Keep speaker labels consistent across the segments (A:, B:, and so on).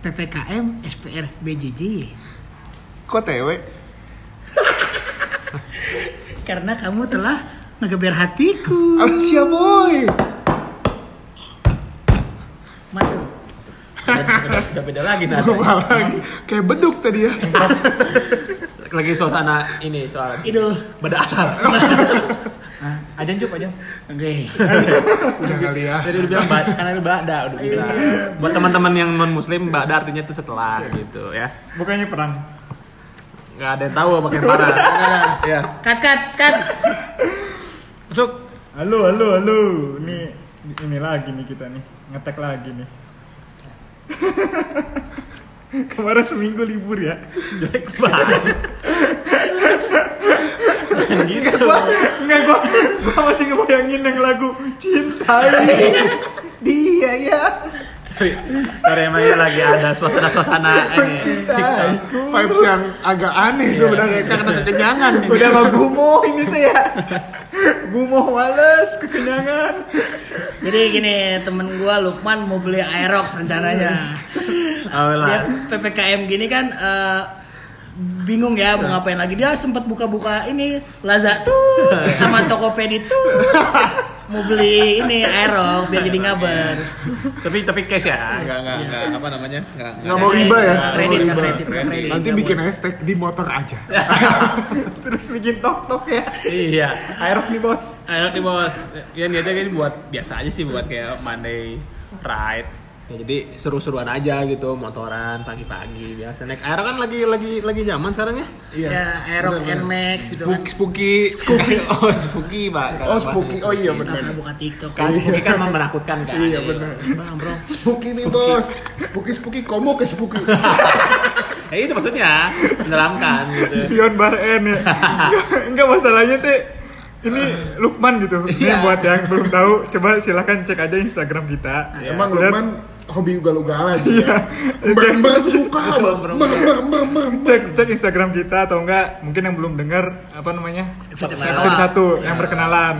A: PPKM SPR BJJ
B: Kok tewe?
A: karena kamu telah ngegeber hatiku
B: Amnesia boy.
A: masuk
C: Udah beda lagi nah.
B: Gua lagi kayak beduk tadi ya.
C: Lagi suasana ini soal
A: Idul.
C: Beda asal. Ajan cup aja.
A: oke
B: Udah kali ya.
C: Jadi udah bilang ba- karena udah bada kan udah
D: Iya.
C: bilang. Buat teman-teman yang non muslim bada artinya itu setelah
D: Iya.
C: gitu ya.
B: Bukannya perang.
C: Gak ada yang tahu apa yang parah.
D: Iya.
C: Ya.
A: cut cut cut
C: Masuk.
D: Halo, halo, halo. Ini ini lagi nih kita nih, ngetek lagi nih. Kemarin seminggu libur ya.
C: Jelek banget. Jangan gitu.
D: Enggak gua gua masih ngebayangin yang lagu cintai.
B: Dia ya.
C: Sorry emangnya ya lagi ada suasana-suasana ini.
B: Vibes yang agak
C: Iya.
B: aneh sebenarnya karena kekenyangan.
D: Udah mau gumoh ini tuh ya. Gumoh males kekenyangan.
A: jadi gini temen gua Lukman mau beli Aerox rencananya
B: Ya.
A: dia
C: Awelan.
A: ppkm gini kan eh, bingung ya mau ngapain lagi dia sempat buka-buka ini Laza tuh sama Tokopedia tuh mau beli ini Aerox biar jadi ngabar
C: tapi tapi cash ya nggak nggak nggak apa namanya nggak
B: Iya. Nggak mau riba ya. Nggak mau
A: kredit nggak
B: riba.
A: kredit nggak kredit.
B: Nanti bikin hashtag di motor aja.
D: Terus bikin tok-tok ya.
C: iya
D: Aerok nih, Bos.
C: ayo nih bos ya niatnya kan buat biasa aja sih buat kayak Monday ride ya, jadi seru-seruan aja gitu motoran pagi-pagi biasa naik aero kan lagi lagi lagi zaman sekarang ya
B: Iya.
A: ya Aerox
B: benar-benar.
A: Nmax gitu kan
C: spooky spooky oh spooky pak
B: Oh spooky. Oh iya
A: Kenapa
B: benar.
A: buka TikTok?
C: kan spooky kan memang menakutkan kan
B: Iya benar.
A: Bang, bro.
B: Spooky nih bos. Spooky spooky komo ke spooky.
A: Iya.
C: ya itu maksudnya menyeramkan gitu
D: Pion bar N ya. Enggak masalahnya teh ini Lukman gitu. Ini
A: Iya.
C: ya.
D: buat yang belum tahu, coba silahkan cek aja Instagram kita.
B: Emang
D: Dan
B: Lukman hobi ugal-ugalan sih ya.
D: Iya.
B: Ember-ember suka,
A: Iya,
B: Bang. Ember-ember-ember.
D: Cek cek Instagram kita atau enggak mungkin yang belum dengar apa namanya?
A: Episode
D: Episode
A: pertama.
D: satu yang perkenalan.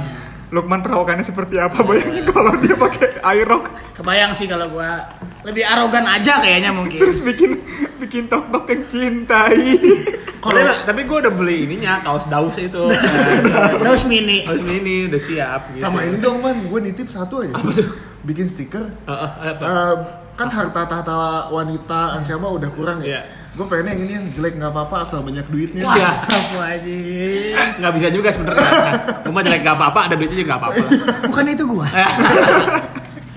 D: Lukman perawakannya seperti apa? Bayangin kalau dia pakai airok
A: Kebayang sih kalau gua lebih arogan aja kayaknya mungkin.
D: terus bikin bikin tok tok yang cintai.
C: Tapi-
A: Kalau
C: tapi gue udah beli ininya kaos daus itu Nah,
A: Daus mini.
C: kaos ini udah siap gitu.
B: Sama ini dong man, gue nitip satu aja. Bikin stiker.
C: Heeh, Ah, apa?
B: Eh, kan harta tahta wanita ansiama udah kurang ya.
C: Iya.
B: Gue pengennya yang ini yang jelek nggak apa-apa asal banyak duitnya.
A: Wah,
C: Iya.
A: astagfirullahaladzim.
C: nggak bisa juga sebenarnya cuma jelek gak apa-apa ada duitnya juga nggak apa-apa lah.
A: Bukan itu gua.
D: Eh,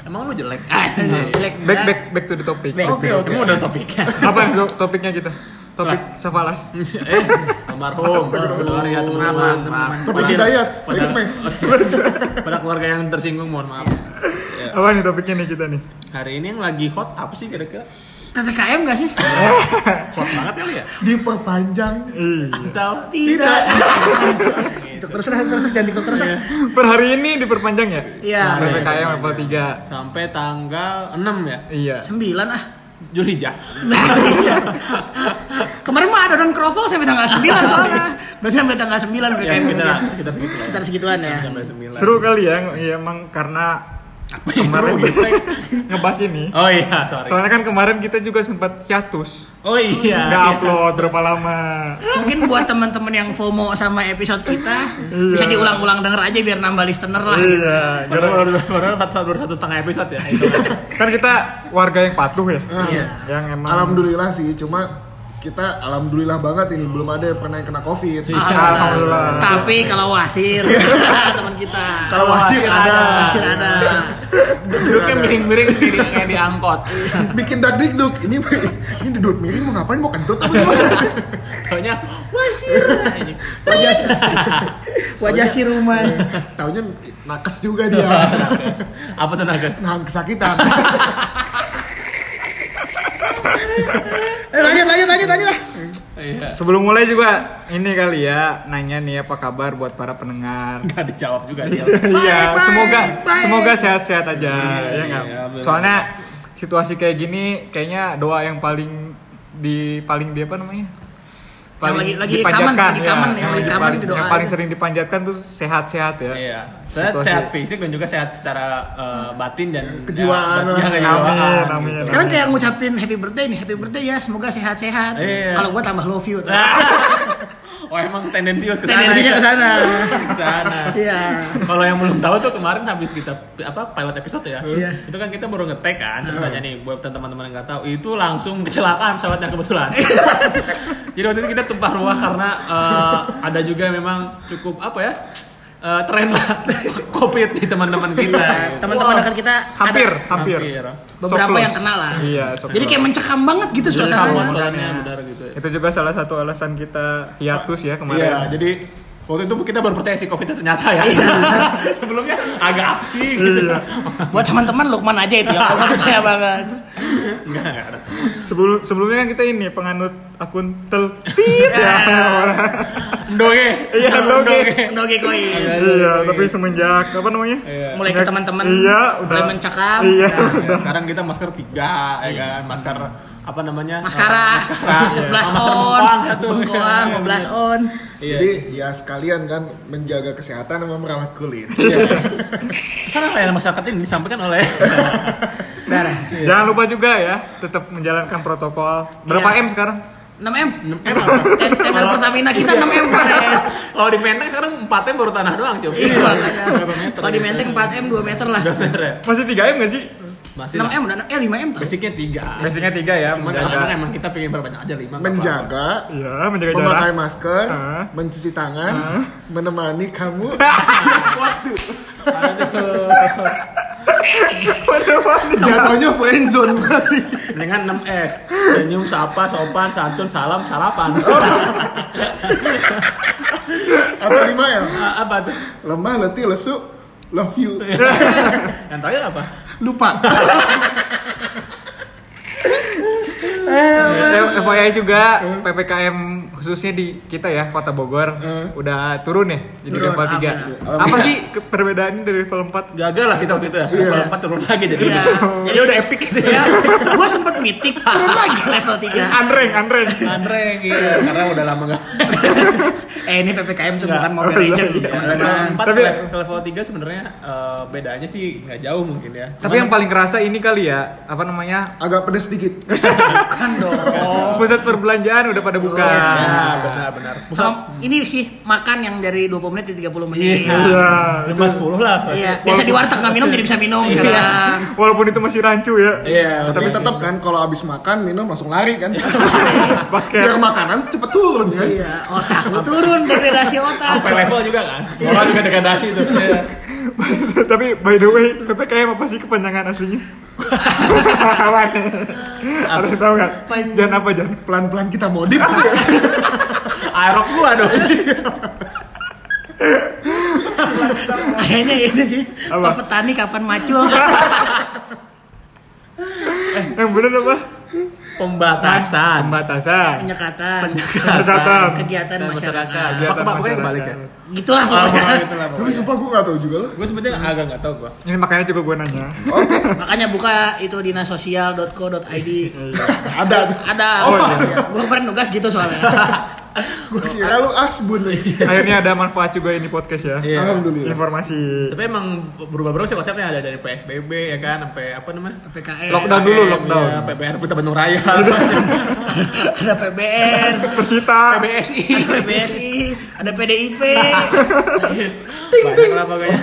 C: emang lu jelek
A: Jelek
D: Back
A: enggak?
D: back back to the topic.
A: Back.
B: Oke oke.
C: emang udah topiknya
D: Apa nih dok, topiknya kita? Topik Safalas.
A: Iya.
C: eh almarhum sorry ya teman
A: Maaf,
C: teman
B: Topik diet, X Max.
C: pada keluarga yang tersinggung mohon maaf
D: Apa nih topiknya nih kita nih?
C: hari ini yang lagi hot apa sih kira-kira
A: PPKM gak sih?
C: hot banget kali ya
B: Diperpanjang.
D: Iya.
C: atau
A: Tidak.
B: Gitu.
A: Itu terus terus terus jangan dikut terus.
C: Iya.
D: Per hari ini diperpanjang ya?
A: Iya.
D: PPKM level 3.
C: sampai tanggal 6 ya
D: Iya.
A: Sembilan ah.
C: Julhijjah
A: Kemarin mah ada Don Crovel sampai tanggal sembilan soalnya. Berarti sampai tanggal sembilan
C: ya
A: PPKM.
C: sekitar sekitar segitu lah.
A: Sekitar segituan ya.
C: Iya, sampai sembilan
D: Seru kali ya, iya emang karena kemarin
A: gitu?
D: kita ngebahas ini.
C: oh iya sorry
D: Soalnya kan kemarin kita juga sempat hiatus.
C: oh iya
D: Nggak upload berapa lama.
A: Mungkin buat teman-teman yang FOMO sama episode kita bisa diulang-ulang denger aja biar nambah listener lah.
D: Iya.
C: baru baru baru baru satu setengah episode ya itu
D: Kan kita warga yang patuh ya.
A: Iya.
D: Yang emang
B: Alhamdulillah sih, cuma kita alhamdulillah banget ini belum ada yang pernah yang kena
C: Iya,
B: covid. Iya.
D: Alhamdulillah.
A: Tapi kalau wasir teman kita.
C: Kalau wasir ada.
A: Wasir ada.
C: Duduknya miring-miring kiri kayak di angkot.
B: Bikin dak dikduk. Ini ini duduk miring mau ngapain? Mau kentut apa gimana?
C: Taunya wasir.
A: Wajah wajah si rumah.
C: Iya.
B: Taunya nakes juga dia.
C: Apa tuh naga?
B: nahan kesakitan. eh lanjut lanjut lanjut lanjut lah.
C: Iya.
D: Sebelum mulai juga ini kali ya nanya nih apa kabar buat para pendengar.
C: Gak dijawab juga dia.
D: Iya,
A: baik,
D: semoga
A: baik.
D: semoga sehat-sehat aja ya nggak?
C: iya, bener.
D: Soalnya situasi kayak gini kayaknya doa yang paling di paling di apa namanya?
A: Yang lagi lagi
D: dipanjatkan,
A: kamen, lagi
D: ya.
A: kamen, yang lagi kamen
D: paling,
A: didoain.
D: yang paling sering dipanjatkan tuh sehat-sehat ya.
C: Iya. Saya
D: Situasi-
C: sehat fisik dan juga sehat secara eh, batin dan
B: Kejiwaan lah.
C: ya, ya, kejiwaan.
D: Amin, amin.
A: Sekarang kayak ngucapin happy birthday nih, happy birthday ya, semoga sehat-sehat.
C: Iya. Ah.
A: Kalau gua tambah love you. tuh.
C: Oh emang tendensius ke sana.
A: Tendensinya
C: ya?
A: ke sana.
C: Ke sana.
A: Iya.
C: Kalau yang belum tahu tuh kemarin habis kita apa pilot episode ya.
A: Iya.
C: Itu kan kita baru ngetek kan ceritanya nih buat teman-teman yang nggak tahu itu langsung kecelakaan pesawatnya kebetulan. Jadi waktu itu kita tumpah ruah karena eh, ada juga memang cukup apa ya? eh, tren lah covid di teman-teman kita.
D: Iya,
A: Nah, Teman-teman
C: Wah,
A: dekat kita
D: Hampir,
A: ada
D: hampir.
A: beberapa
D: Soplos.
A: yang kenal lah.
D: Iya, soplos.
A: Jadi kayak mencekam banget gitu
C: Jadi Iya, sama
A: suasananya.
C: suaranya
D: ya.
C: benar gitu.
A: ya.
D: Itu juga salah satu alasan kita hiatus ya kemarin.
C: Iya, jadi waktu itu kita baru percaya si covid ternyata ya.
D: Iya.
C: Sebelumnya agak absi gitu.
A: Buat teman-teman Lukman aja itu yang gua percaya banget.
C: Enggak, enggak ada.
D: Sebelum sebelumnya kan kita ini penganut akun tel tit
C: Iya,
D: ya.
C: Doge.
D: Iya, doge.
A: Doge koin.
D: Iya, tapi semenjak apa namanya?
C: Iya.
A: Mulai ke
D: Semenjak-
A: teman-teman,
D: Iya, udah.
A: mulai mencakap.
D: Iya.
A: Nah.
C: Ya, sekarang kita masker tiga, ya kan? Masker apa namanya?
A: Maskara,
C: Maskara. iya.
A: blast
C: Masker
A: on,
C: bengkoang satu.
A: bengkoang, blast on.
C: Iya.
B: Jadi ya sekalian kan menjaga kesehatan sama merawat kulit.
C: Iya. Salah layanan masyarakat ini disampaikan oleh
A: Darah.
D: Jangan lupa juga ya, tetap menjalankan protokol. Berapa
A: Iya.
D: M sekarang?
A: 6M.
C: 6M apa?
A: Ten- Tender Pertamina kita 6M kemarin.
C: Kalau di Menteng sekarang 4M baru tanah doang, coba.
A: Iya.
C: Berapa meter
A: Kalau di
C: gitu.
A: Menteng 4M 2 meter lah.
D: Masih 3M nggak sih?
C: Masih
A: 6M udah eh 5M tuh.
C: basicnya 3.
D: Basicnya 3 ya,
C: Cuman
D: menjaga.
C: kadang-kadang emang kita pengen berbanyak aja 5.
B: Menjaga,
D: Iya, menjaga jarak.
B: memakai masker,
D: Ah.
B: mencuci tangan,
C: Ah.
B: menemani kamu
D: Waduh. Waduh.
B: jatuhnya friendzone berarti.
C: dengan 6S senyum sapa sopan santun salam Oh. salapan
B: Atau lima ya?
C: Ah, apa tuh
B: Lemah, letih, lesu, love you.
C: Iya. yang terakhir apa
B: Lupa.
D: Eh, FYI juga PPKM khususnya di kita ya Kota Bogor udah turun ya jadi
A: Turun,
D: level
A: apa
D: 3.
A: ya?
D: Apa, sih ke- perbedaannya dari level 4?
C: gagal lah kita waktu itu ya level 4 turun lagi jadi
A: Iya.
C: jadi udah epic gitu
A: Ya,
C: ya
A: gua sempet mitik turun lagi ke level 3.
D: Anreng, anreng.
C: Andre iya karena udah lama gak
A: Eh ini PPKM tuh bukan Mobile Legend.
C: iya, level
A: teman-teman.
C: 4
D: Tapi-
C: ke level- ke level 3 sebenarnya eh, bedanya sih nggak jauh mungkin ya
D: Tapi yang paling kerasa ini kali ya, apa namanya?
B: Agak pedes dikit.
A: Bukan dong.
D: Pusat perbelanjaan udah pada buka.
A: Oh, iya.
C: benar benar benar
A: Sama ini sih makan yang dari 20 menit ke 30 menit.
D: Iya.
C: lima sepuluh lah
A: Iya, biasa di warteg nggak minum jadi bisa minum gitu
C: Ah.
A: kan.
D: Walaupun itu masih rancu ya.
C: iya
B: Tapi tetap kan kalau abis makan minum langsung lari kan. Biar
C: Iya.
D: Basket.
B: makanan cepet turun kan.
A: Iya, otak lu turun degradasi otak.
C: sampai level juga kan orang juga degradasi tuh
D: Tapi by the way, PPKM apa sih kepanjangan aslinya? Apa nih? Ada yang tahu nggak?
A: Pen-
D: Jan apa Jan?
B: Pelan-pelan kita modif.
C: Iya. aerok gua dong
A: Kayaknya ini sih.
D: Apa?
A: Apa? Petani kapan macul?
D: Yang bener apa?
C: Eh. pembatasan
D: Pembatasan.
A: Penyekatan.
D: Penyekatan.
A: Kegiatan
C: Dan
A: masyarakat.
D: Kegiatan
C: Apa- apa- apa yang
D: masyarakat.
C: balik ya?
A: Gitulah pokoknya.
B: Tapi sumpah gue gak tau juga loh.
C: gue sebenarnya agak nggak tahu gue
D: Ini makanya juga gue nanya.
A: Makanya buka itu dinasosial.co.id.
B: Ada.
A: Ada.
D: Oh,
A: gua
D: iya.
A: Gue kemarin nugas gitu soalnya.
B: Gue kira lu asbun lagi.
D: Akhirnya ada manfaat juga ini podcast ya.
C: Iya.
B: Alhamdulillah.
D: Informasi.
C: tapi emang berubah-berubah sih konsepnya ada dari PSBB ya kan sampai apa namanya
A: PKN.
D: Lockdown dulu,
C: PM,
D: lockdown.
C: ya, PBR Putra Bandung Raya
A: Ada PBN.
D: Persita.
C: PBSI
A: Ada PBSI. Ada PDIP.
C: ting ting lah pokoknya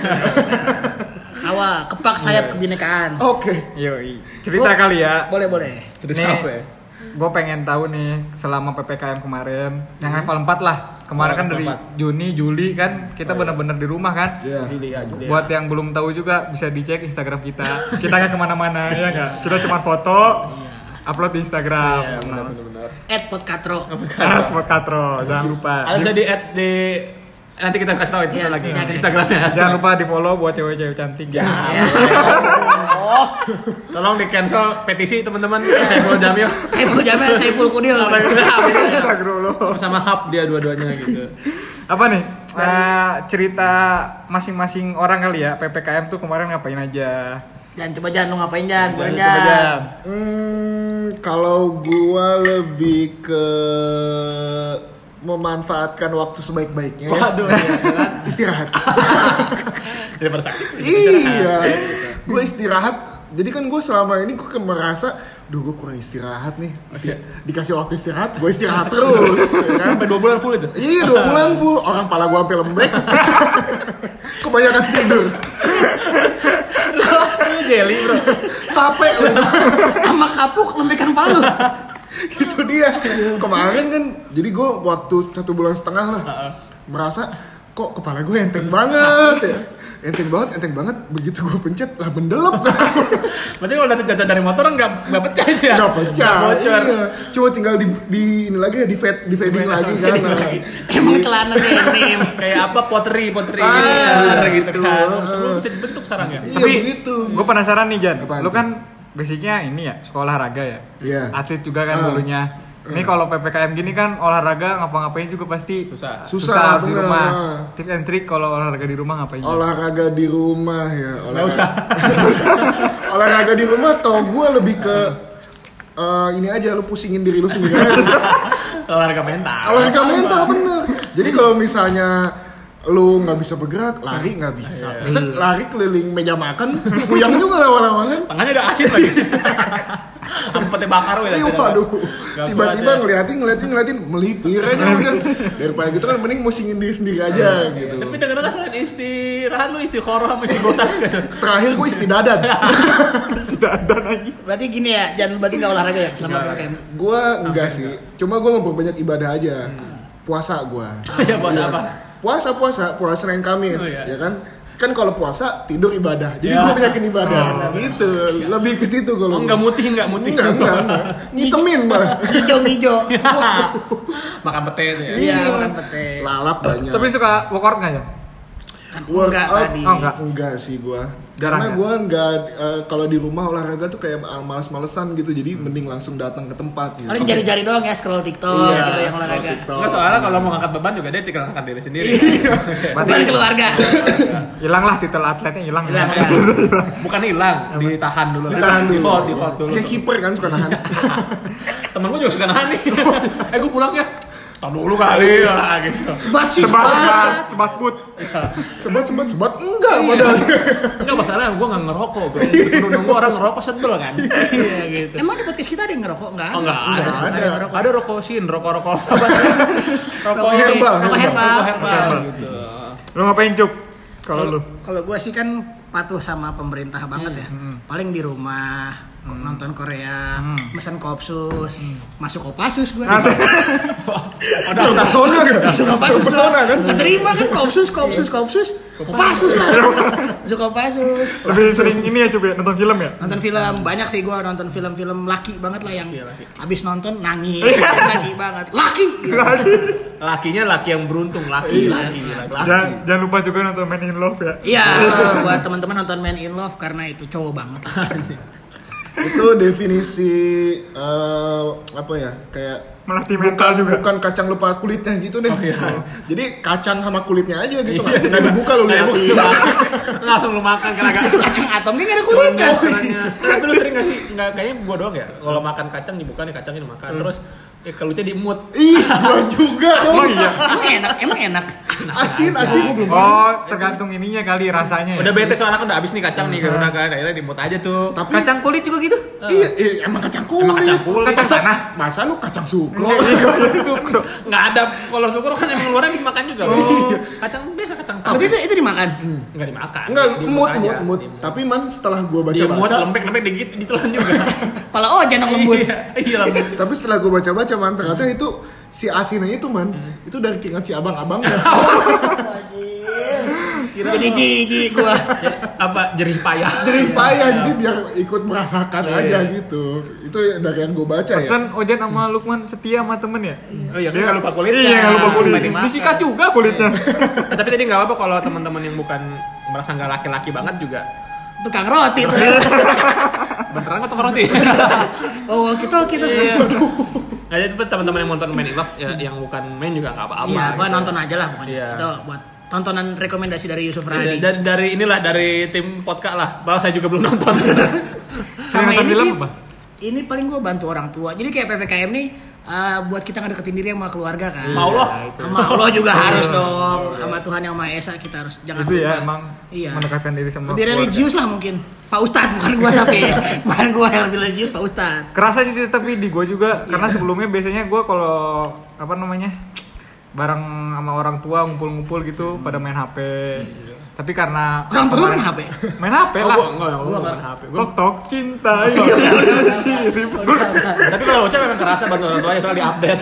A: Kawa, kepak
D: Iya.
A: sayap
D: Oh.
A: kebinekaan.
B: Oke.
D: Yoi. Cerita kali ya.
A: Boleh, boleh.
C: terus
D: Nih.
C: apa ya
D: Gue pengen tahu nih selama PPKM kemarin yang level 4 lah. Kemarin
C: Oh,
D: kan
C: Hmm. level
D: dari
C: empat. Oh,
D: Juni, Juli kan kita bener-bener di rumah kan.
B: Iya.
C: Juli aja deh.
D: Buat yang belum tahu juga bisa dicek Instagram kita. Kita nggak kemana-mana ya nggak. Kita cuma foto, upload di Instagram.
C: Iya,
D: Nah,
C: benar-benar
A: Ed Potkatro.
D: at Potkatro, jangan lupa.
C: ada bisa di add di nanti kita kasih tahu itu
A: Iya,
C: lagi
A: iya.
C: Instagramnya
D: Jangan lupa di follow buat cewek-cewek cantik ya.
C: Iya.
A: Ya.
C: tolong di cancel petisi teman-teman saya follow Jamil
A: Saiful Jamil, Saiful Kudil.
D: Instagram lo.
C: sama hub dia dua-duanya gitu
D: apa nih Eh, cerita masing-masing orang kali ya ppkm tuh kemarin ngapain aja
A: Jangan coba jangan lu ngapain jangan, boleh
D: Coba,
A: jangan.
D: Jan.
B: Hmm, kalau gua lebih ke memanfaatkan waktu sebaik-baiknya ya.
C: Waduh, ya kan?
B: istirahat
C: Daripada sakit.
B: iya gue istirahat jadi kan gue selama ini gue ke- merasa duh gue kurang istirahat nih Isti- dikasih waktu istirahat gue istirahat terus ya kan
C: Sampai 2 bulan full itu.
B: Iya dua bulan full orang pala gua sampai lembek. Kebanyakan tidur.
C: Ini Iya, jelly, Bro.
B: Capek udah.
A: sama kapuk lembekan palu
B: Itu dia. Kemarin kan jadi gua waktu satu bulan setengah lah merasa kok kepala gue enteng banget ya. Enteng banget, enteng banget. Begitu gua pencet lah mendelep.
C: Berarti kalau datang jajan dari motor enggak enggak pecah itu ya?
B: Udah pecah.
C: Nggak bocor.
B: Iya. Cuma tinggal di, di ini lagi ya di fade di fading lagi kan.
C: Fading lagi.
A: emang celana denim
C: Kayak apa potri, potri
B: Ah,
C: gitu,
B: gitu.
C: kan.
B: Ah.
C: Sebelum bisa dibentuk sarang ya.
B: Iya
D: Tapi
B: begitu.
D: gue penasaran nih Jan,
B: Apaan
D: lu
B: tuh?
D: kan basicnya ini ya sekolah olahraga ya,
B: Iya.
D: atlet juga kan
B: Ah.
D: dulunya. Ini kalau ppkm gini kan olahraga ngapa-ngapain juga pasti
C: Susah.
B: Susah,
D: harus di
B: bener. Ah.
D: rumah. Tips and trick kalau olahraga di rumah ngapain? Jan?
B: olahraga di rumah ya
C: Enggak
B: olahraga,
C: usah.
B: olahraga di rumah tau gue lebih ke eh, ini aja lu pusingin diri lu sendiri aja.
C: Olahraga mental.
B: olahraga mental bener jadi kalau misalnya lu nggak bisa bergerak lari nggak bisa bisa lari keliling meja makan puyang juga lama-lama kan
C: Tangannya udah asin lagi. Sampai bakar weh.
B: Iya, waduh. Tiba-tiba ngeliatin, ngeliatin, ngeliatin, melipir aja udah. Daripada gitu kan mending musingin diri sendiri aja gitu.
C: Tapi dengar dengar selain istirahat lu istikharah sama istighosah gitu.
B: Terakhir gue istidadan.
D: Sudah ada lagi.
A: berarti gini ya jangan berarti nggak olahraga ya selama PPKM
B: Gue enggak sih, cuma gue memperbanyak ibadah aja. Puasa gue.
C: Ya buat apa?
B: Puasa puasa, puasa Senin Kamis,
C: Oh, iya.
B: ya kan? Kan kalau puasa tidur ibadah. Jadi
C: Ya.
B: gue banyakin ibadah.
C: iya.
B: gitu. Lebih ke situ kalau.
C: Oh, enggak mutih, enggak mutih.
B: Enggak, enggak, enggak. Ngitemin malah.
A: hijau hijau
D: Iya.
C: Makan pete itu ya.
A: Iya, makan pete.
B: Lalap banyak.
D: Tapi suka workout nggak ya?
A: Kan enggak
B: Workout.
A: tadi
D: Oh, enggak.
B: Enggak sih gua.
D: Jarang
B: Karena
D: ya?
B: gua enggak eh, kalau di rumah olahraga tuh kayak males-malesan gitu. Jadi mending langsung datang ke tempat gitu.
A: paling jari-jari doang ya scroll TikTok
B: Iya,
A: gitu yang
B: scroll
A: olahraga
B: TikTok.
C: Enggak soalnya kalau mau ngangkat beban juga dia tinggal ngangkat diri sendiri.
A: bukan
D: Berarti
A: keluarga
D: hilang lah titel atletnya hilang.
A: Hilang,
D: ya.
A: hilang.
C: Bukan hilang, ditahan dulu.
B: Ditahan
C: Di
B: dulu.
C: hold, di hold dulu.
B: Kayak kiper kan suka nahan.
C: Temen gua juga suka nahan nih. eh gua pulang ya. Tahan dulu kali ya gitu.
A: sebat sih
D: Sebat
A: sebat
D: kan, sebat put.
B: sebat sebat sebat enggak padahal.
C: Enggak masalah, gua enggak ngerokok, Bro. Disuruh nunggu orang ngerokok sebel kan. Iya gitu.
A: emang di podcast kita ada yang ngerokok nggak
C: Oh, enggak ada.
B: Enggak ada.
C: Ada rokok, ada rokok sin, rokok rokok. apa? Rokok
B: Rokok herbal.
A: Rokok herbal.
C: Rokok herbal gitu.
D: Lu ngapain cuk? Kalau lu?
A: Kalau gue sih kan patuh sama pemerintah banget ya. Paling di rumah ko- nonton Korea, mesen kopsus, masuk kopassus gue.
B: Ada pesona kan?
A: Masuk kopassus.
B: Pesona
A: gua.
B: kan?
A: Keterima kan kopsus, kopsus, kopsus, kopassus lah. Masuk kopassus.
D: Lebih sering ini ya cuk ya, nonton film ya?
A: Nonton film banyak sih gue nonton film-film laki banget lah yang
C: laki.
A: abis nonton nangis, laki banget, laki. gitu.
C: Lakinya laki yang beruntung, laki, laki, laki.
D: Jangan, jangan lupa juga nonton Man in Love ya.
A: Iya, buat teman-teman nonton Man in Love karena itu cowok banget.
B: Itu definisi eh, apa ya? Kayak
D: Melatih mental juga.
B: bukan kacang lupa kulitnya gitu deh. Jadi kacang sama kulitnya aja gitu. Nggak dibuka lu lihat.
C: Nah, ibu coba. Langsung lu makan karena agak
A: itu kacang atom kan gak ada kulitnya.
C: Tapi lu sering gak sih? Nggak, kayaknya gua doang ya. Kalau makan kacang dibuka nih kacangnya dimakan. Terus eh, kalutnya diemut.
B: Ih, gua juga.
D: Oh iya.
A: Emang enak, emang enak.
B: Asin, asin gua belum.
D: Oh, tergantung ininya kali rasanya ya.
C: Udah bete soalnya kan udah habis nih kacang nih karena kan akhirnya diemut aja tuh.
B: Tapi
D: kacang kulit juga gitu.
B: Iya, iya, emang kacang kulit.
C: Emang kacang kulit.
B: Kacang
D: Kacang
B: sa-
D: tanah.
B: Masa lu kacang sukro?
D: Sukro.
C: Nggak ada kalau syukur kan emang luarnya dimakan juga. Bro. Kacang biasa kacang top.
A: Berarti itu, itu dimakan.
C: Nggak dimakan.
B: Enggak,
C: diemut
B: mood,
C: aja, Iya,
B: mood, mood.
C: diemut.
B: Tapi man setelah gua
C: diemut
B: baca-baca,
C: lembek lembek dikit ditelan juga.
A: Kepala oh jangan lembut.
C: Iya, Iya lembut.
B: tapi setelah gua baca-baca man ternyata itu si asinnya itu man, itu dari keringat si abang-abang ya.
C: Kira
A: Jadi jijik gua.
C: apa jerih payah.
B: Jadi payah, ya, jadi biar ikut merasakan
C: Oh,
B: aja
C: iya.
B: gitu. Itu dari yang gua baca
A: Iya.
B: ya.
D: Pesan Ojan sama Lukman setia sama temen ya?
C: Oh iya kan nggak lupa kulitnya.
D: Iya, nggak lupa kulit.
C: Sampai dimakan.
D: Disikat juga kulitnya.
C: Eh, tapi tadi nggak apa-apa kalau teman-teman yang bukan merasa nggak laki-laki banget juga
A: Tukang roti tuh.
C: Iya. beneran atau roti
A: Oh, kita kita.
C: Iya.
A: Aduh.
C: nggak jadi tapi teman-teman yang nonton main in Love ya, yang bukan main juga nggak apa-apa
A: Iya, gua
C: gitu.
A: nonton aja lah pokoknya.
C: Iya.
A: Itu buat tontonan rekomendasi dari Yusuf
C: dari,
A: Rahadi.
C: Iya, dari, dari inilah dari tim podcast lah malah saya juga belum nonton
A: Sama
D: Sering nonton
A: ini
D: film
A: sih.
D: apa?
A: Ini paling gua bantu orang tua. Jadi kayak PPKM nih eh, buat kita ngedeketin diri sama keluarga kan.
C: Mau loh.
A: Sama Allah juga harus dong. Sama Tuhan yang Maha Esa kita harus jangan
D: Iya. itu ya
A: lupa.
D: emang
A: Iya.
D: mendekatkan diri sama
A: Lebih religius lah mungkin. Pak Ustadz bukan gua tapi bukan gua yang lebih religius Pak Ustadz.
D: kerasa sih sih, tapi di gue juga
A: Iya.
D: karena sebelumnya biasanya gue kalau apa namanya bareng sama orang tua ngumpul-ngumpul gitu
A: Hmm.
D: pada main HP tapi karena
A: Orang tua lu Iya. main HP.
D: main HP
C: Oh,
D: lah
C: gua enggak, gua enggak main HP. Gua
D: tok tok
A: Oh,
D: cinta iya.
A: iya,
C: tapi kalau Uca memang kerasa bantu orang tuanya soalnya update.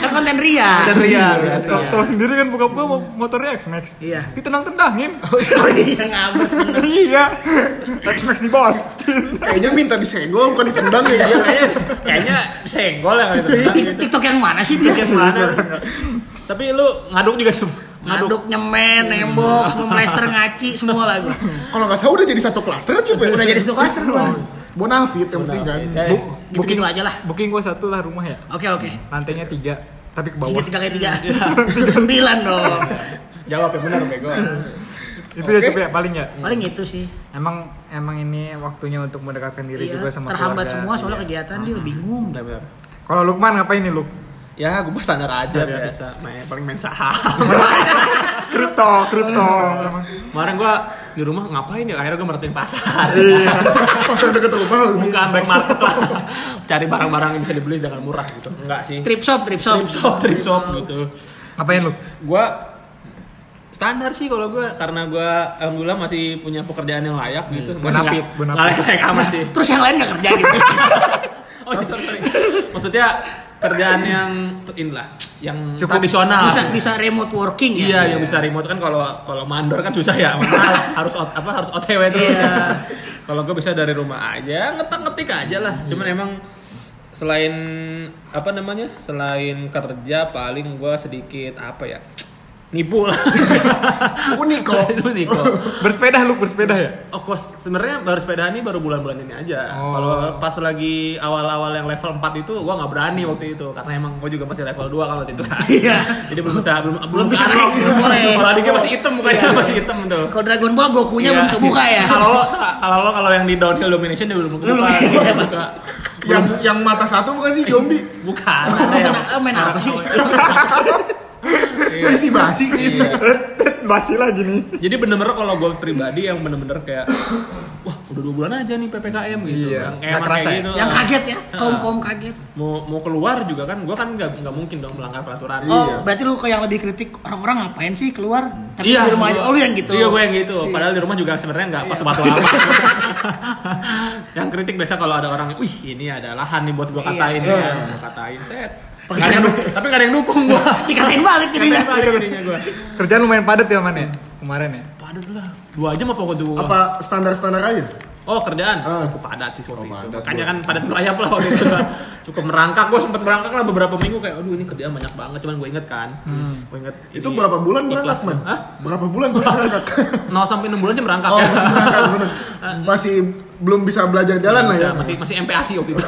A: Kan konten ria.
C: Dan Ria Iya, biasa.
D: tok tok sendiri kan buka-buka mau motornya X Max
A: Iya.
D: ditendang tendangin
A: Sorry yang ngabers bener.
D: iya X Max di bos cinta
B: Kayaknya minta disenggol bukan ditendang ya.
C: Kayaknya kayaknya senggol yang itu.
A: TikTok yang mana sih
C: Yang
A: dia?
C: mana? Tapi lu ngaduk juga tuh.
A: Ngaduk, nyemen, nembok, semua melester, ngaci, semua lah gua.
B: Kalau nggak salah udah jadi satu klaster kan coba.
A: Udah jadi satu klaster gua.
B: Bonafit yang penting kan.
C: Eh,
D: Bu-
A: Gitu-gitu aja lah.
D: booking gue satu lah rumah ya
A: Oke oke.
D: lantainya tiga tapi ke
A: Tiga
D: bawah
A: tiga kayak tiga.
C: Iya.
A: Sembilan dong.
C: Jawab yang benar bego.
D: itu ya
B: Oke.
D: cepet ya paling ya
A: Paling itu sih.
D: Emang emang ini waktunya untuk mendekatkan diri
A: Iya,
D: juga sama
A: terhambat
D: keluarga. Iya.
A: semua soalnya kegiatan dia bingung.
C: Benar benar.
D: Kalau Lukman ngapain nih Luk?
C: Ya, gue mah standar aja biasa. Main paling main saham.
D: Kripto, kripto. Emang.
C: Kemarin gua di rumah ngapain ya? Akhirnya gue merhatiin pasar.
B: Pas udah deket rumah lu.
C: Bukan black market lah. Cari barang-barang yang bisa dibeli dengan murah gitu. Enggak sih.
A: Trip shop, trip shop.
C: Trip shop, trip shop gitu.
D: Ngapain Luk?
C: Gua standar sih kalau gua karena gua alhamdulillah masih punya pekerjaan yang layak gitu.
D: Bonafit, bonafit.
C: layak amat sih.
A: Terus yang lain nggak kerja gitu.
C: Oh, iya, sorry, sorry. Maksudnya kerjaan yang inilah yang
D: Cukup.
C: tradisional.
A: Bisa bisa remote working ya.
C: Iya, yang bisa remote kan kalau kalau mandor kan susah ya. Mahal. harus ot- apa harus OTW terus.
A: Iya.
C: kalau gue bisa dari rumah aja, ngetik-ngetik aja lah. Cuman emang selain apa namanya? Selain kerja paling gue sedikit apa ya? Nipu lah. iya.
B: Unik kok.
C: Aduh, Niko.
D: Bersepeda Luk, bersepeda ya?
C: Oh, gua sebenarnya baru sepeda ini baru bulan-bulan ini aja.
D: Oh.
C: Kalau pas lagi awal-awal yang level 4 itu gua nggak berani waktu itu karena emang gua juga masih level 2 kan waktu itu kan.
A: Iya.
C: Jadi belum bisa belum
A: Belum bisa
C: unlock.
A: naik, belum boleh.
C: Kalau adiknya masih hitam mukanya masih hitam tuh.
A: Kalau Dragon Ball Gokunya
C: Iya.
A: belum kebuka ya.
C: Kalau lo kalau lo kalau yang di downhill domination dia belum
A: Belum. Iya,
C: kebuka. Belum kebuka.
B: Yang yang mata satu bukan sih zombie.
C: Bukan.
A: Lo Oh, kena- lo main apa sih?
C: Iya.
B: Isi basi gitu.
D: Basi lagi nih.
C: Jadi bener-bener kalau gue pribadi yang bener-bener kayak wah udah dua bulan aja nih ppkm gitu.
D: Iya.
C: Yang kayak
D: Nggak kerasa
C: kayak
D: ya?
C: gitu.
A: Yang
C: Ah.
A: kaget ya, kaum-kaum kaget.
C: mau mau keluar juga kan gue kan nggak nggak mungkin dong melanggar peraturan
A: Oh,
B: Iya.
A: berarti lu kayak yang lebih kritik orang-orang ngapain sih keluar? Tapi
C: Iya,
A: di rumah aja. Oh, lu yang gitu.
C: iya gue yang gitu padahal di rumah juga sebenarnya nggak patuh-patuh apa yang kritik biasa kalau ada orang wih ini ada lahan nih buat gue katain ya Gua katain set Nggak ada yang nu- tapi nggak ada yang dukung gue
A: Dikatain balik Iya, jadinya.
C: Iya. gue
D: Kerjaan lumayan padat ya Man ya? Kemarin ya?
C: padat lah dua jam apa waktu gue
B: Apa standar-standar aja?
C: oh kerjaan
B: Ah.
C: aku padat sih
B: Oh,
C: waktu itu
B: padat
C: makanya
B: gua.
C: kan padat merayap lah waktu itu cukup merangkak gue sempet merangkak lah beberapa minggu kayak aduh ini kerjaan banyak banget cuman gue inget kan gue inget
B: Itu
C: ini
B: berapa bulan
C: Iya. ikhlas.
B: berangkat, Man?
C: Hah? Oh.
B: Berapa bulan berangkat?
C: 0 sampai 6 bulan aja merangkak
B: Oh,
C: ya.
B: masih berangkat, bener. Masih belum bisa belajar jalan lah
C: Bisa,
B: ya.
C: masih masih MPASI waktu itu.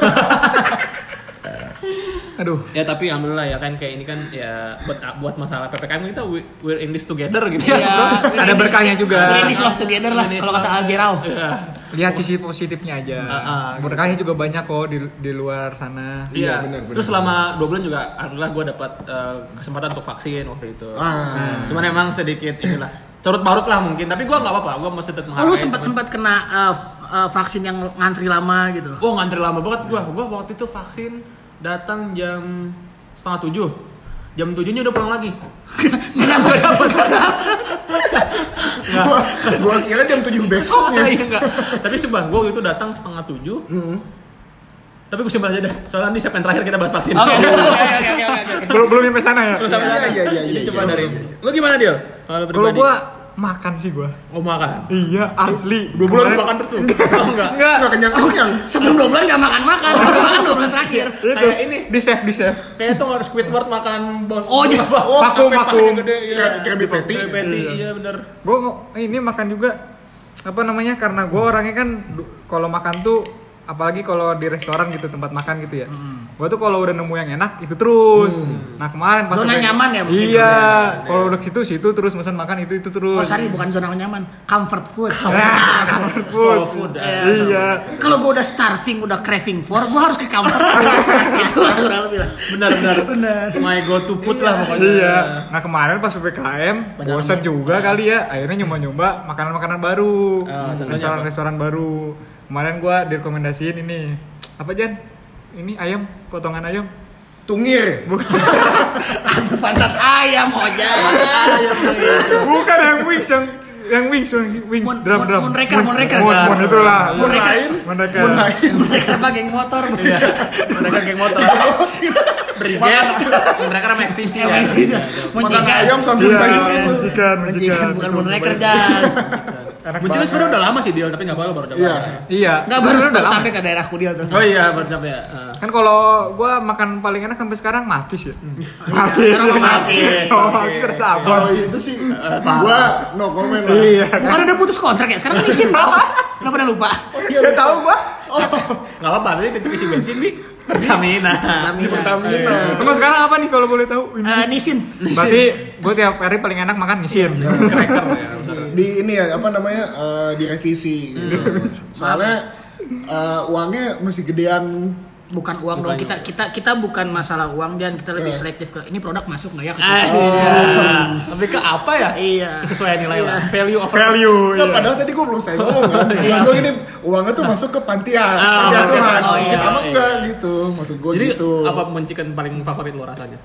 D: Aduh.
C: ya tapi alhamdulillah ya kan kayak ini kan ya buat buat masalah PPKM kita we- we're in this together gitu
A: Iya.
C: ya.
A: we're in
D: Ada
A: this-
D: berkahnya juga.
A: we're in this love together lah
C: We're in this
A: kalau kata
C: love.
A: Algerau.
C: Iya.
D: Lihat sisi positifnya aja.
C: Ah, ah.
D: Berkahnya juga banyak kok di, di luar sana.
B: Iya,
C: Iya.
B: benar, benar.
C: Terus selama 2 bulan juga alhamdulillah gue dapat eh, kesempatan untuk vaksin waktu itu. Nah,
B: Ah.
C: Cuman emang sedikit inilah turut barut lah mungkin tapi gue nggak apa-apa gue masih
A: Kalau
C: tetap
A: lu
C: menghargai,
A: sempat
C: cuman-
A: sempat kena uh, v- uh, vaksin yang ngantri lama gitu.
C: Wah ngantri lama banget gua. Gua waktu itu vaksin datang jam setengah tujuh. Jam tujuhnya udah pulang lagi.
B: Gua- Gua kira jam 7
C: Soalnya
B: besoknya.
C: iya enggak. Tapi coba gua waktu itu datang setengah tujuh. Tapi gue simpan aja dah. Soalnya nanti segmen terakhir kita bahas vaksin.
A: Oke, oke, oke, oke, oke.
D: Eh, Belum belum nyampe sana ya?
C: Sampai
B: Iya,
C: sana.
B: iya, iya,
C: Jadi
B: iya,
C: coba
B: iya,
C: dari.
B: iya,
C: Lu gimana dia? Kalau
D: Kalau
C: pribadi.
D: gua makan sih gua.
C: oh makan.
D: Iya, asli.
C: Dua bulan
D: Kemarin-
C: lu makan terus tuh. Oh enggak.
D: Enggak.
B: Enggak kenyang-kenyang.
A: Sebelum dua bulan gak makan-makan, udah makan dua bulan terakhir.
D: Itu.
C: Kayak ini.
D: Di save, di save.
C: Kayaknya tuh harus Squidward makan bang.
A: Oh, jadi-
C: apa?
B: oh,
C: Apa,
D: vakum,
C: pahanya
D: vakum.
C: gede, iya.
B: Kayak Krabby Patty.
C: Krabby Patty, iya bener.
D: gue
A: Hmm.
D: ini makan juga apa namanya karena gue orangnya kan du- kalau makan tuh apalagi kalau di restoran gitu tempat makan gitu ya
A: Hmm.
D: gua tuh kalau udah nemu yang enak itu terus nah kemarin pas
A: Zona
D: udah-
A: nyaman ya mungkin
D: iya kalau udah situ situ terus pesan makan itu itu
A: Oh
D: terus
A: sorry, bukan zona nyaman, comfort food.
D: Ah, comfort food.
C: Soul food.
A: Iya.
C: eh.
D: iya
A: Kalau gue udah starving, udah craving for, gue harus ke comfort food. Itulah kurang lebih lah.
C: Benar benar.
A: Benar.
C: My go to food lah pokoknya.
D: iya nah kemarin pas ppkm
A: Padahal
D: bosan
A: banyak.
D: juga kali ya akhirnya nyoba nyoba makanan makanan baru
C: Ah, contohnya
D: restoran
C: apa?
D: restoran baru kemarin gua direkomendasiin ini apa Jan ini ayam potongan ayam
B: Tungir.
A: Aduh pantat ayam ojek.
D: bukan yang wings yang yang wings wings, wings
A: Moon-
D: drum
A: moon-
D: drum
A: Moonraker, Moonraker.
D: moon, moon itu lah
A: Moonraker.
D: Iya. Moonraker.
A: Mereka apa geng motor?
D: Iya,
C: Mereka geng motor. Briges. Mereka ramai ekstisi ya.
B: Makan
A: Mencikan.
B: ayam sambil
D: Iya,
B: sayur.
D: majikan, majikan.
A: Mencikan, bukan
D: Betul,
A: moonraker,
D: betul.
A: Jan.
D: Enak
C: Munculnya
D: banget.
C: sebenarnya udah lama sih deal tapi nggak baru baru dapat.
B: Iya.
D: iya
A: Enggak baru
D: Sebenarnya udah
A: sampai ke daerah Kudil tuh.
C: Oh iya baru sampai ya. Eh.
D: kan kalau gua makan paling enak sampai sekarang malkis ya Oh, malkis
A: Sekarang mau Malkis.
D: Kalau malkis rasa apa
B: Kalau itu sih gua no comment lah.
D: iya
A: Bukan udah putus kontrak ya? Sekarang izin loh. Udah pada lupa.
D: Gak tahu gua
C: Nggak apa-apa nanti titik isi bensin nih. Pertamina. Iya.
B: Pertamina.
D: Nah, Emang sekarang apa nih kalau boleh tahu
A: Eh, nisin.
D: berarti gua tiap hari paling enak makan nisir
A: Iya,
C: Cracker ya.
B: Di ini ya apa namanya eh, direvisi gitu. Soalnya eh, uangnya masih gedean
A: Bukan uang dong. Kita kita kita bukan masalah uang dan kita lebih selektif ke ini produk masuk nggak ya? ke
C: Ah,
A: kita?
C: iya. Lebih ke apa ya?
A: Iya.
C: Sesuai nilai lah. Value over Oh,
D: value
C: iya.
B: Nah, padahal tadi gue belum saya ngomong kan. Maksud gue gini, uangnya tuh masuk ke pantian, panti
C: oke,
B: asuhan.
A: oh, iya,
B: Kita mah
C: iya.
B: enggak gitu. Maksud gue
C: Jadi
B: gitu.
C: apa mencikan paling favorit lo rasanya?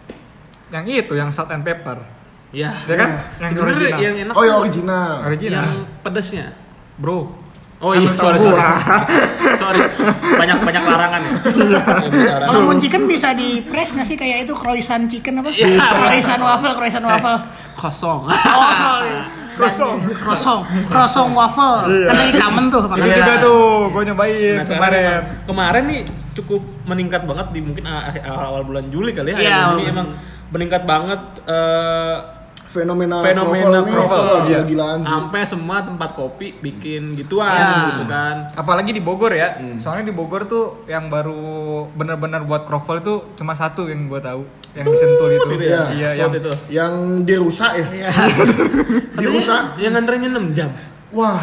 D: yang itu yang salt and pepper
C: Ya.
D: ya kan
A: Iya.
D: yang
C: Sebenarnya
D: original
C: yang enak.
B: Oh, yang
C: tuh
B: original.
D: original
C: Yang pedesnya.
D: bro
C: Oh iya,
D: Kan
C: sorry,
D: tahu
C: sorry.
D: gua.
C: sorry. Banyak banyak larangan ya.
A: Kalau mau chicken bisa di press nggak sih kayak itu croissant chicken apa?
C: Iya.
A: Croissant waffle, croissant waffle.
C: Kosong.
A: Oh, sorry.
D: Croissant.
A: Croissant. Croissant waffle. Kan lagi common tuh
D: Itu
A: makanan.
C: Iya.
D: juga tuh, gue nyobain
C: Nah,
D: kemarin.
C: kemarin kemarin nih cukup meningkat banget di mungkin awal, awal bulan Juli kali
A: Iya,
C: ya. akhir Juli
A: awal-
C: emang meningkat banget eh,
B: Fenomena, Iya.
C: fenomena iya.
B: ini
C: kroffel.
B: wah, gila-gilaan sih.
C: Sampai semua tempat kopi bikin gituan
A: Iya.
C: gitu kan.
D: Apalagi di Bogor ya,
A: Hmm.
D: soalnya di Bogor tuh yang baru bener-bener buat croffle tuh cuma satu yang gue tahu, yang disentul itu.
B: Iya.
C: Gitu ya.
D: Iya, yang
C: waktu itu.
B: Yang dirusak ya?
A: Iya.
B: dirusak?
C: Katanya Yang nganterinnya 6 jam.
B: Wah,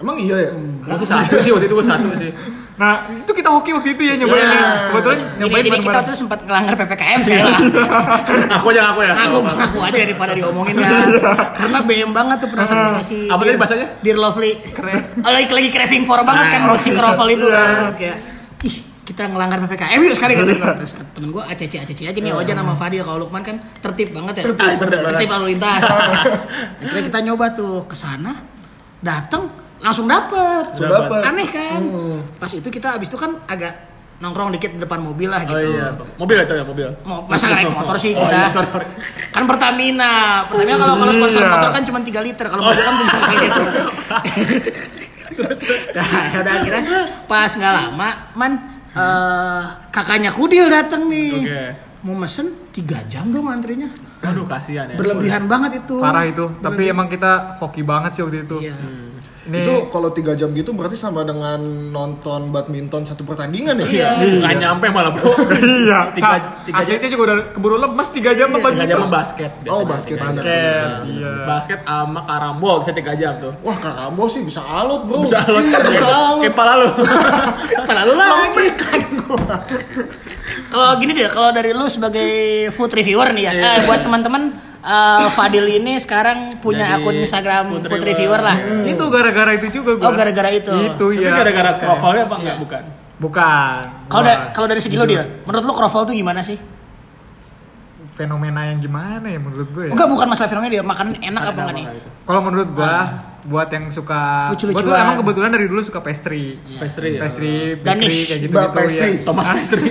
B: emang iya ya?
C: Aku satu sih waktu itu gua satu sih.
D: Nah, itu kita hoki waktu itu ya nyobain.
B: Iya.
D: Kebetulan
A: Jadi, jadi
D: nyobain
A: kita
D: bareng-bareng.
A: tuh sempat ngelanggar PPKM sekarang.
C: Aku aja aku ya.
A: Aku ngaku aja daripada diomongin kan. Karena BM banget tuh penasaran sama si
C: Apa tadi
A: Dear-
C: bahasanya?
A: Dear Lovely.
D: Keren.
A: Oh, lagi lagi craving for banget kan
C: Nah.
A: buat si Krovel itu kan. Kayak ih kita ngelanggar PPKM yuk sekali kata gua. Terus kata temen gue ACC ACC aja nih Ojan sama Fadil kalau Lukman kan tertib banget ya.
B: Tertib,
A: Ah,
B: bener.
A: tertib lalu lintas. Akhirnya kita nyoba tuh ke sana dateng langsung dapet.
B: Sudah apa?
A: Aneh kan? Pas itu kita abis itu kan agak nongkrong dikit depan mobil lah
C: Oh
A: gitu.
C: iya, mobil itu ya mobil.
A: Mau masa naik motor sih kita.
C: Oh, iya, sorry, sorry.
A: Kan Pertamina. Pertamina kalau kalau sponsor
D: Iya.
A: motor kan cuma 3 liter, kalau mobil kan 7 liter. Nah, ya udah akhirnya pas nggak lama, man eh, kakaknya Kudil datang nih.
C: Oke.
A: Mau mesen 3 jam dong antrinya.
C: Aduh kasihan ya.
A: Berlebihan banget itu.
D: Parah itu, tapi emang kita hoki banget sih waktu itu.
A: Iya.
D: Ini
B: Itu kalau tiga jam gitu berarti sama dengan nonton badminton satu pertandingan ya?
A: Iya.
C: Nggak nyampe malah bro.
D: iya,
C: Tiga,
D: Kak,
C: tiga jam.
D: atletnya juga udah keburu lemes 3 jam apa
C: Tiga
D: gitu.
C: jam sama basket. biasanya.
B: Oh, basket,
C: Tiga jam.
B: basket.
D: Basket,
C: Iya.
D: iya.
C: Basket sama karambol bisa tiga jam tuh.
B: Wah, karambo sih bisa alot, bro. Iya,
C: Bisa lo.
B: bisa alot.
C: Kepala lu.
A: Padahal lu lagi. Kalau gini deh, kalau dari lu sebagai food reviewer nih ya, eh, buat teman-teman eh, Fadil ini sekarang punya
C: Jadi
A: akun Instagram
C: food
A: food, reviewer lah.
D: Itu gara-gara itu juga gua.
A: Oh, gara-gara itu.
D: Iya. Itu
C: Tapi
D: ya.
C: gara-gara krovelnya apa enggak? Bukan.
D: Bukan.
A: Kalau
D: Bukan.
A: da- kalau dari segi lo dia, menurut lu kroffel tuh gimana sih?
D: fenomena yang gimana ya menurut gue ya?
A: Enggak bukan masalah filmnya dia, makanan enak apa enggak nih?
D: Kalau menurut gua buat yang suka gua
A: Lucu-lucuan.
D: tuh emang kebetulan dari dulu suka pastry.
C: Pastry. ya.
D: Pastry,
A: Dan
D: bakery
A: niche.
D: kayak
B: Mbak
D: gitu-gitu ya.
B: pastry.
C: Thomas Pastry.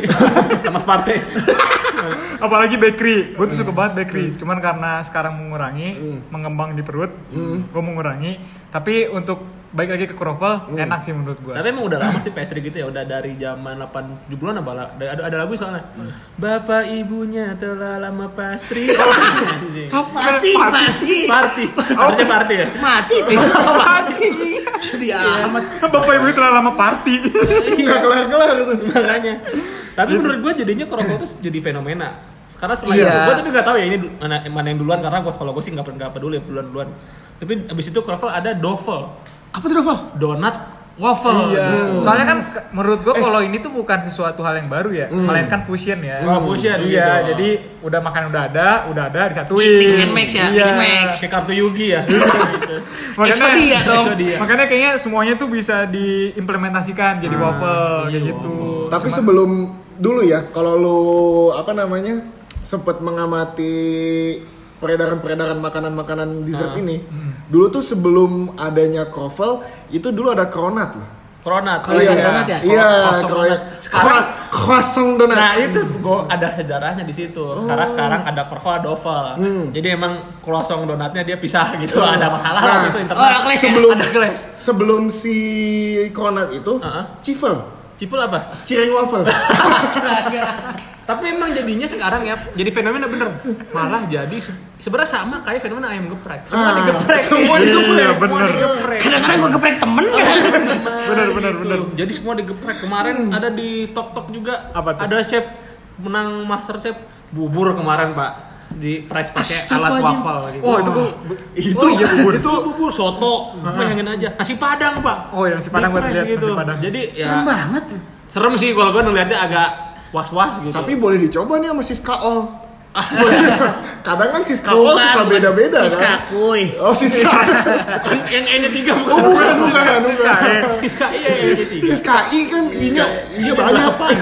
C: Thomas Partey.
D: Apalagi bakery. Gua tuh suka banget bakery. Cuman karena sekarang mengurangi, mengembang di perut, gua mengurangi. Tapi untuk baik lagi ke Krovel enak sih menurut gua.
C: Tapi emang udah lama sih PS3 gitu ya, udah dari zaman 8 bulan apa lah. Ada, ada lagu soalnya. Bapak ibunya telah lama pastri. Anjing.
A: Mati, mati.
C: party. Harusnya party ya.
A: Mati, mati. Iya, Sedih amat.
D: Bapak ibu telah lama party.
B: nggak kelar kelar itu
C: Makanya. Tapi menurut gue jadinya Kroffel tuh jadi fenomena. Karena setelah
A: Iya.
C: gue tapi nggak tahu ya ini du- mana, mana yang duluan karena gua kalau gue sih nggak per- nggak peduli ya, duluan duluan. Tapi abis itu Kroffel ada Dovel,
B: apa tuh Novel?
C: donat waffle.
A: Gitu.
D: Soalnya kan ke- menurut
A: Eh.
D: gua kalau ini tuh bukan sesuatu hal yang baru ya,
A: Hmm.
D: melainkan fusion ya.
C: Oh, fusion
D: Iya,
C: gitu.
D: jadi udah makan udah ada, udah ada disatuin. Iya.
A: Mix and match ya, mix match.
C: Kayak kartu Yugi ya.
A: Exodia dong.
C: Exodia.
D: Makanya kayaknya semuanya tuh bisa diimplementasikan
A: Ah,
D: jadi waffle kayak
C: iya,
D: gitu.
B: Tapi sebelum dulu ya, kalau lu apa namanya sempat mengamati peredaran-peredaran makanan-makanan dessert ini, dulu tuh sebelum adanya kroffel itu dulu ada kronat loh.
C: Kronat.
A: Croissant
B: Iya.
A: donat ya?
B: Iya,
C: Croissant donat.
B: kronat.
C: Sekarang-
B: Croissant donat.
C: Nah itu gua ada sejarahnya di situ. Karena sekarang ada Corval ada Oval. Jadi emang croissant donatnya dia pisah gitu. Ada masalah lah
B: Nah.
C: gitu
A: Oh, ada
C: internal.
A: kelas ya?
B: sebelum
C: Ada kelas.
B: sebelum si kronat itu,
C: Heeh.
B: cifel,
C: Cipul apa?
B: cireng waffle.
C: Tapi emang jadinya sekarang ya, jadi fenomena bener. Malah jadi se- sebenarnya sama kayak fenomena ayam geprek. Semua
B: Ah,
C: digeprek.
B: semua digeprek.
C: Iya,
B: Semua
C: bener.
A: Kadang-kadang gue geprek temen kan.
C: bener bener bener jadi semua digeprek kemarin ada di tok tok juga
D: Apa tuh?
C: ada chef menang master chef bubur kemarin pak di price pakai alat
A: Astagfirullahaladzim.
C: waffle gitu
D: Oh, itu gua-
B: itu
C: Oh
B: iya bubur.
C: itu bubur soto bayangin aja nasi padang pak
D: Oh, iya, nasi padang buat
C: Di-press
D: lihat, nasi
C: gitu.
D: padang.
C: jadi ya
A: Serem banget.
C: serem sih kalau gua ngeliatnya agak was was gitu
B: Tapi boleh dicoba nih sama Siska Ol. Kadang kan Siska Ol
A: Bukan,
B: suka
A: bukan.
B: beda-beda
A: Siska
B: kan.
A: kuy.
B: Oh
C: Iya,
B: Siska.
C: yang n tiga bukan
B: Oh bukan, bukan, bukan.
C: Siska, iya, iya, iya, tiga.
B: Sis KI kan I-nya I-nya banyak.
C: Apa?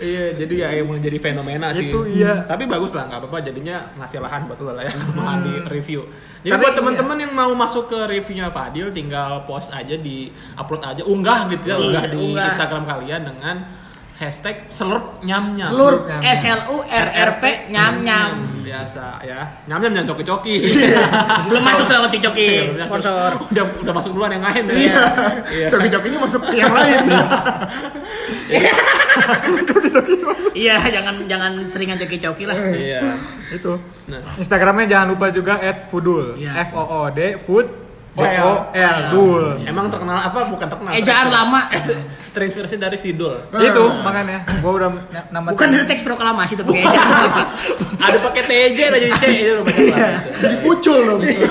C: iya jadi ya emang jadi fenomena sih Hmm,
D: Itu iya.
C: tapi bagus lah nggak apa-apa jadinya ngasih lahan buat lo lah ya
A: Hmm.
C: bahan di review jadi
D: Tapi
C: buat
A: iya.
C: teman-teman yang mau masuk ke reviewnya Fadil tinggal post aja di upload aja unggah gitu ya
A: Iya,
C: unggah di
A: unggah.
C: Instagram kalian dengan hashtag slurp nyam nyam
A: Slurp eh, S L U Iya. R R P nyam nyam.
C: biasa ya nyam nyam nyam coki coki
A: Belum masuk sama coki Iya. sponsor.
C: udah udah masuk duluan yang lain ya.
B: Iya.
C: Iya.
B: Joki-jokinya masuk ke yang lain.
A: Iya, jangan jangan seringan coki-coki lah.
C: iya
D: Itu.
C: nah
D: Instagramnya jangan lupa juga @foodul.
A: Iya.
D: F O O D food D O L
A: Iya.
D: dul.
C: Emang terkenal apa? Bukan terkenal.
A: Ejaan lama.
C: Terinspirasi dari Sidul.
D: Itu makanya gua udah na- nama
A: Bukan dari teks proklamasi tapi kayaknya.
C: Ada pakai TJ aja jadi C itu loh, banyak banget.
B: Jadi pucul dong.
C: Iya,